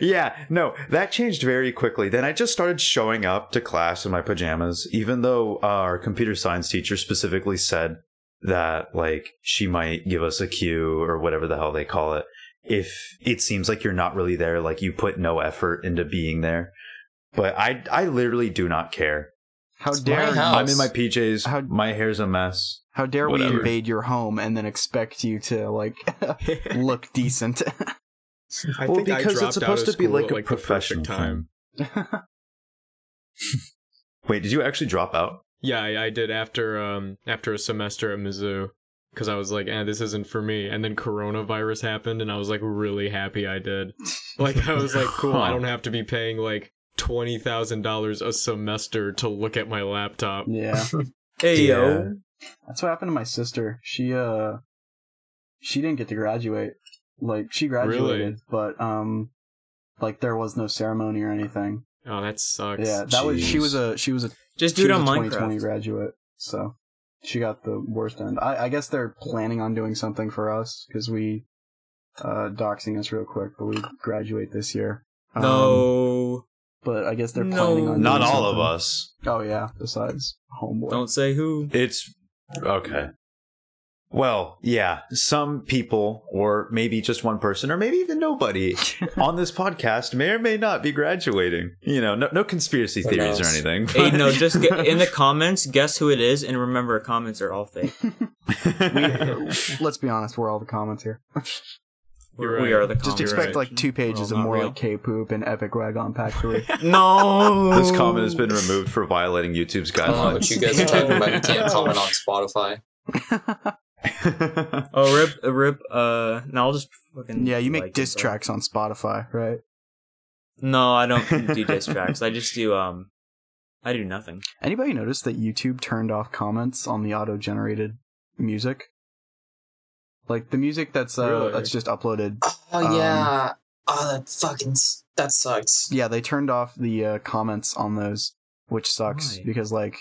D: yeah, no, that changed very quickly. Then I just started showing up to class in my pajamas, even though uh, our computer science teacher specifically said that, like, she might give us a cue or whatever the hell they call it if it seems like you're not really there, like you put no effort into being there. But I, I literally do not care.
C: How
A: It's my
C: dare you?
A: house.
D: I'm in my PJs.
C: How-
D: my hair's a mess.
C: How dare we
D: Whatever.
C: invade your home and then expect you to like look decent?
E: I
D: well,
E: think I
D: because it's
E: dropped out
D: supposed
E: of
D: to be
E: school
D: like
E: at,
D: a
E: the perfect
D: professional time.
C: That's
D: Wait, did you actually drop out?
E: Yeah, I, I did after um after a semester at Mizzou because I was like, eh, this isn't for me. And then coronavirus happened, and I was like really happy I did. Like I was like, cool, I
D: Huh.
E: don't have to be paying like twenty thousand dollars a semester to look at my laptop.
C: Yeah.
B: Hey
D: Yeah.
B: yo.
C: what happened to my sister. She uh she didn't get to graduate. Like she graduated,
E: Really?
C: but um like there was no ceremony or anything.
E: Oh, that sucks.
C: Yeah, that was she
D: Jeez.
C: was a she was a
B: Just
C: she
B: do it
C: was
B: on
C: a 2020
B: Minecraft.
C: graduate. So she got the worst end. I, I guess they're planning on doing something for us because we uh, doxing us real quick, but we graduate this year. Um,
B: No.
C: but I guess they're
B: No.
C: planning on
D: Not
C: doing
D: all of
C: something.
D: us.
C: Oh yeah, besides homeboy.
B: Don't say who.
D: It's okay. Well, yeah, some people, or maybe just one person, or maybe even nobody on this podcast may or may not be graduating. You know, no, no conspiracy
A: Who
D: theories or
A: knows?
D: anything.
B: hey,
D: but-
B: no, just get in the comments, guess who it is, and remember comments are all fake.
C: Let's be honest, we're all the comments here.
E: You're
B: We
E: right.
B: are the
C: Just
B: comments.
C: expect like two pages
B: Well, not
C: of more
B: real.
C: like K poop and epic rag on pack three.
B: No.
D: this comment has been removed for violating YouTube's
A: I don't know Oh. what
D: guidelines.
A: you guys are talking about. You can't comment on Spotify.
B: Oh, rip, uh, rip. Uh, no, I'll just fucking.
C: yeah, you make
B: like
C: diss
B: it, though.
C: tracks on Spotify, right?
B: No, I don't do diss tracks. I just do um, I do nothing.
C: Anybody notice that YouTube turned off comments on the auto generated music? Like the music that's uh,
E: Really?
C: that's just uploaded.
A: Oh
C: Um,
A: yeah. oh that fucking s- that sucks.
C: Yeah, they turned off the uh, comments on those, which sucks
B: Why?
C: because like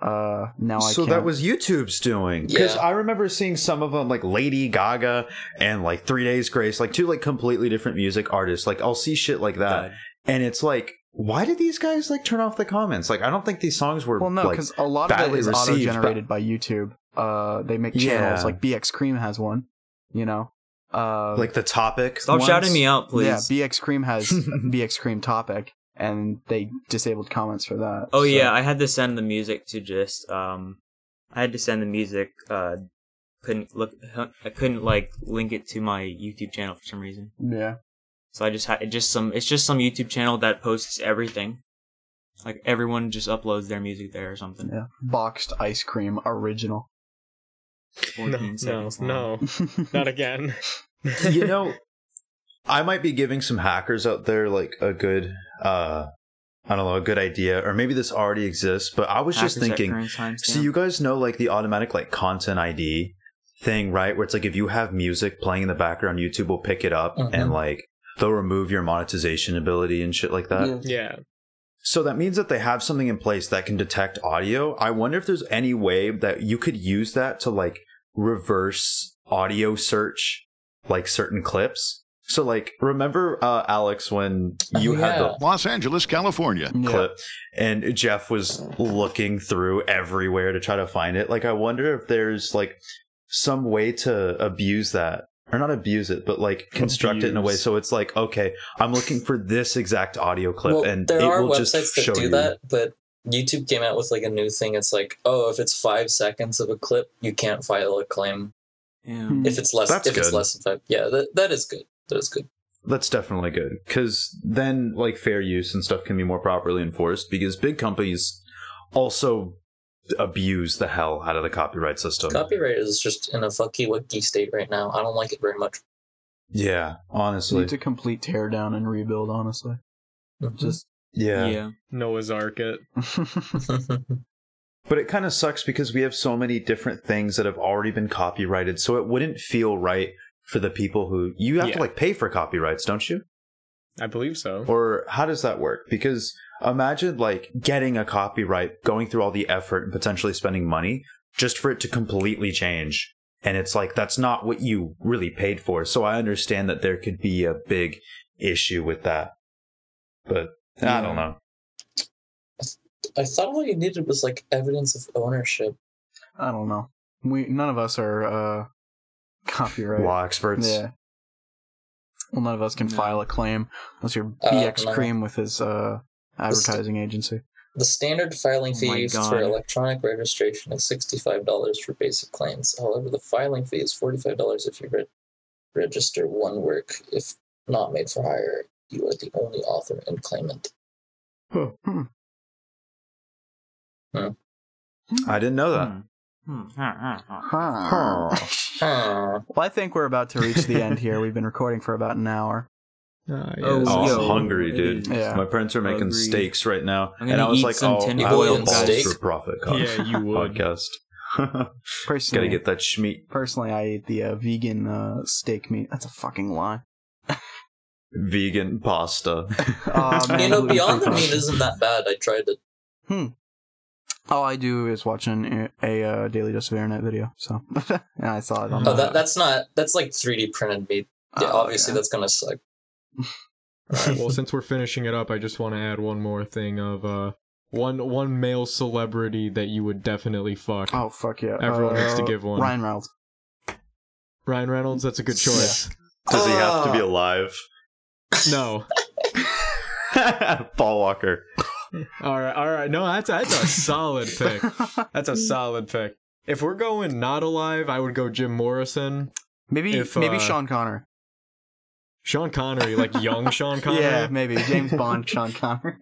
C: uh now I
D: so
C: can't.
D: that was YouTube's doing because
A: Yeah.
D: I remember seeing some of them like Lady Gaga and
B: Uh,
D: like Three Days Grace, like two like completely different music artists. Like I'll see shit like that,
B: God.
D: and it's like why did these guys like turn off the comments? Like, I don't think these songs were
C: Well, no,
D: like,
C: because a lot of it
D: badly
C: is
D: received, but-
C: auto-generated by YouTube. Uh, they make channels
D: Yeah.
C: like BX Cream has one. You know, uh,
D: like the topic.
B: Stop
C: Once-
B: shouting me out, please.
C: yeah, BX Cream has BX Cream topic, and they disabled comments for that.
B: Oh
C: so-
B: yeah, I had to send the music to just um, I had to send the music. Uh, couldn't look. I couldn't like link it to my YouTube channel for some reason.
C: yeah.
B: So I just had just some. It's just some YouTube channel that posts everything. Like everyone just uploads their music there or something.
C: Yeah. Boxed ice cream original.
E: No,
B: 14
E: no,
B: seconds long.
E: no, not again.
D: you know, I might be giving some hackers out there like a good, uh, I don't know, a good idea, or maybe this already exists. But I was just
B: Hackers at
D: thinking.
B: current timestamp.
D: So you guys know like the automatic like content ID thing, right? Where it's like if you have music playing in the background, YouTube will pick it up
A: Mhm.
D: and like they'll remove your monetization ability and shit like that.
C: Yeah.
E: yeah,
D: So that means that they have something in place that can detect audio. I wonder if there's any way that you could use that to like reverse audio search like certain clips. So like remember uh Alex when you
A: Oh,
D: had
A: yeah.
D: the
G: Los Angeles, California.
C: Yeah.
D: clip and jeff was looking through everywhere to try to find it like i wonder if there's like some way to abuse that or not abuse it but like construct it in a way
E: Abuse.
D: so it's like okay i'm looking for this exact audio clip
A: well,
D: and
A: there
D: it
A: are
D: will
A: websites
D: just
A: that
D: show
A: do
D: you
A: that, but YouTube came out with like a new thing. It's like, oh, if it's five seconds of a clip, you can't file a claim.
B: Yeah.
A: If it's less,
D: That's
A: if it's
D: good.
A: less than five, yeah, that, that is good. That is good.
D: that's definitely good because then like fair use and stuff can be more properly enforced because big companies also abuse the hell out of the copyright system
A: Copyright is just in a fucky wucky state right now. I don't like it very much.
D: yeah honestly
C: Need to complete teardown and rebuild. Honestly, just
D: yeah
B: yeah.
E: Noah's Ark. It.
D: But it kind of sucks because we have so many different things that have already been copyrighted, so it wouldn't feel right for the people who you have
E: Yeah.
D: to like pay for copyrights, don't you?
E: I believe so.
D: Or how does that work? Because imagine like getting a copyright, going through all the effort and potentially spending money just for it to completely change. And it's like that's not what you really paid for. So I understand that there could be a big issue with that. But I don't know.
A: I thought all you needed was like evidence of ownership.
C: I don't know. We none of us are uh, copyright.
D: Law experts.
C: Yeah. Well, none of us can
B: No.
C: file a claim unless you're
A: Uh,
C: BX
A: no.
C: Cream with his uh, advertising agency.
A: The standard filing
B: Oh my
A: fee for
B: God.
A: electronic registration is sixty-five dollars for basic claims. However, the filing fee is forty-five dollars if you re- register one work. If not made for hire, you are the only author and claimant.
C: Hmm.
D: I didn't know that.
B: Hmm. Hmm. Hmm. Hmm.
C: Huh.
A: Huh.
C: Well, I think we're about to reach the end here. We've been recording for about an hour.
E: Ah,
B: Oh,
E: yes.
D: Oh,
B: yo,
D: hungry,
B: it
D: dude.
B: is.
C: Yeah.
D: My parents are making
B: Agreed.
D: steaks right now,
B: I'm
D: and
B: gonna
D: I was
B: eat
D: like,
B: some
D: "Oh,
B: tin
D: I will
A: foil
D: balls
A: steak.
D: for profit co-
E: Yeah, you would.
D: podcast."
C: Personally,
D: Gotta get that schmeat
C: personally, I ate the uh, vegan uh, steak meat. That's a fucking lie.
D: vegan pasta.
C: Oh, man,
A: You know,
C: gluten-free
A: Beyond the
C: pasta.
A: Meat isn't that bad. I tried it.
C: All I do is watch an, a uh, daily dose of internet video. So, and I saw it on.
A: Oh,
C: the-
A: that, that's not. That's like three D printed meat. Yeah,
C: Oh,
A: obviously,
C: yeah.
A: that's gonna suck.
E: All right, well, since we're finishing it up, I just want to add one more thing of uh, one one male celebrity that you would definitely fuck.
C: Oh fuck yeah!
E: Everyone needs to give one.
C: Ryan Reynolds.
E: Ryan Reynolds, that's a good choice.
D: Does he have
E: Ah.
D: to be alive?
E: no.
D: Paul Walker.
E: All right, all right. No, that's that's a solid pick. That's a solid pick. If we're going not alive, I would go Jim Morrison,
C: Maybe
E: If,
C: maybe
E: uh,
C: Sean Connery.
E: Sean Connery, like young Sean Connery.
C: Yeah, maybe James Bond, Sean Connery.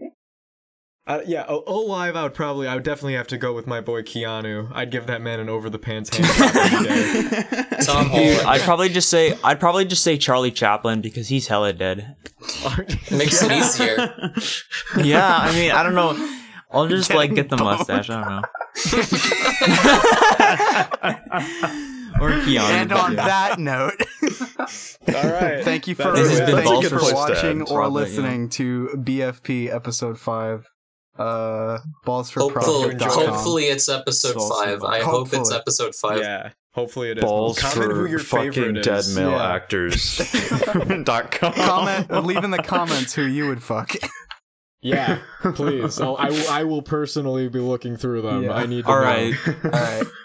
E: Uh, yeah, o- alive. I would probably, I would definitely have to go with my boy Keanu. I'd give that man an over the pants hand. every day.
A: Tom
B: Dude, I'd
A: Holland
B: probably just say I'd probably just say Charlie Chaplin because he's hella dead.
A: makes it easier.
B: Yeah, I mean I don't know. I'll just like get the
C: Getting boned.
B: mustache. I don't know. or Keanu.
C: and on
B: yeah.
C: that note,
E: all right.
C: thank you for
E: That is-
B: This has been
C: thank
B: Balls
C: you
B: for
C: for
D: Balls to
C: watching
D: Ads,
C: or
B: Robert,
C: listening to BFP episode five. Uh, balls for
A: Hopefully,
C: profit. dot com.
A: hopefully it's episode
B: Soul
A: five. I hope it's
C: Hopefully.
A: episode five.
E: Yeah. Hopefully it is.
D: Balls
E: Comment
D: for
E: who your
D: fucking
E: favorite is.
D: dead male
C: Yeah.
D: actors. dot com.
C: comment. leave in the comments who you would fuck.
E: Yeah, Oh, please. I'll, I, will, I will personally be looking through them.
C: Yeah.
E: I need to
B: All
E: know.
B: right.
A: All right.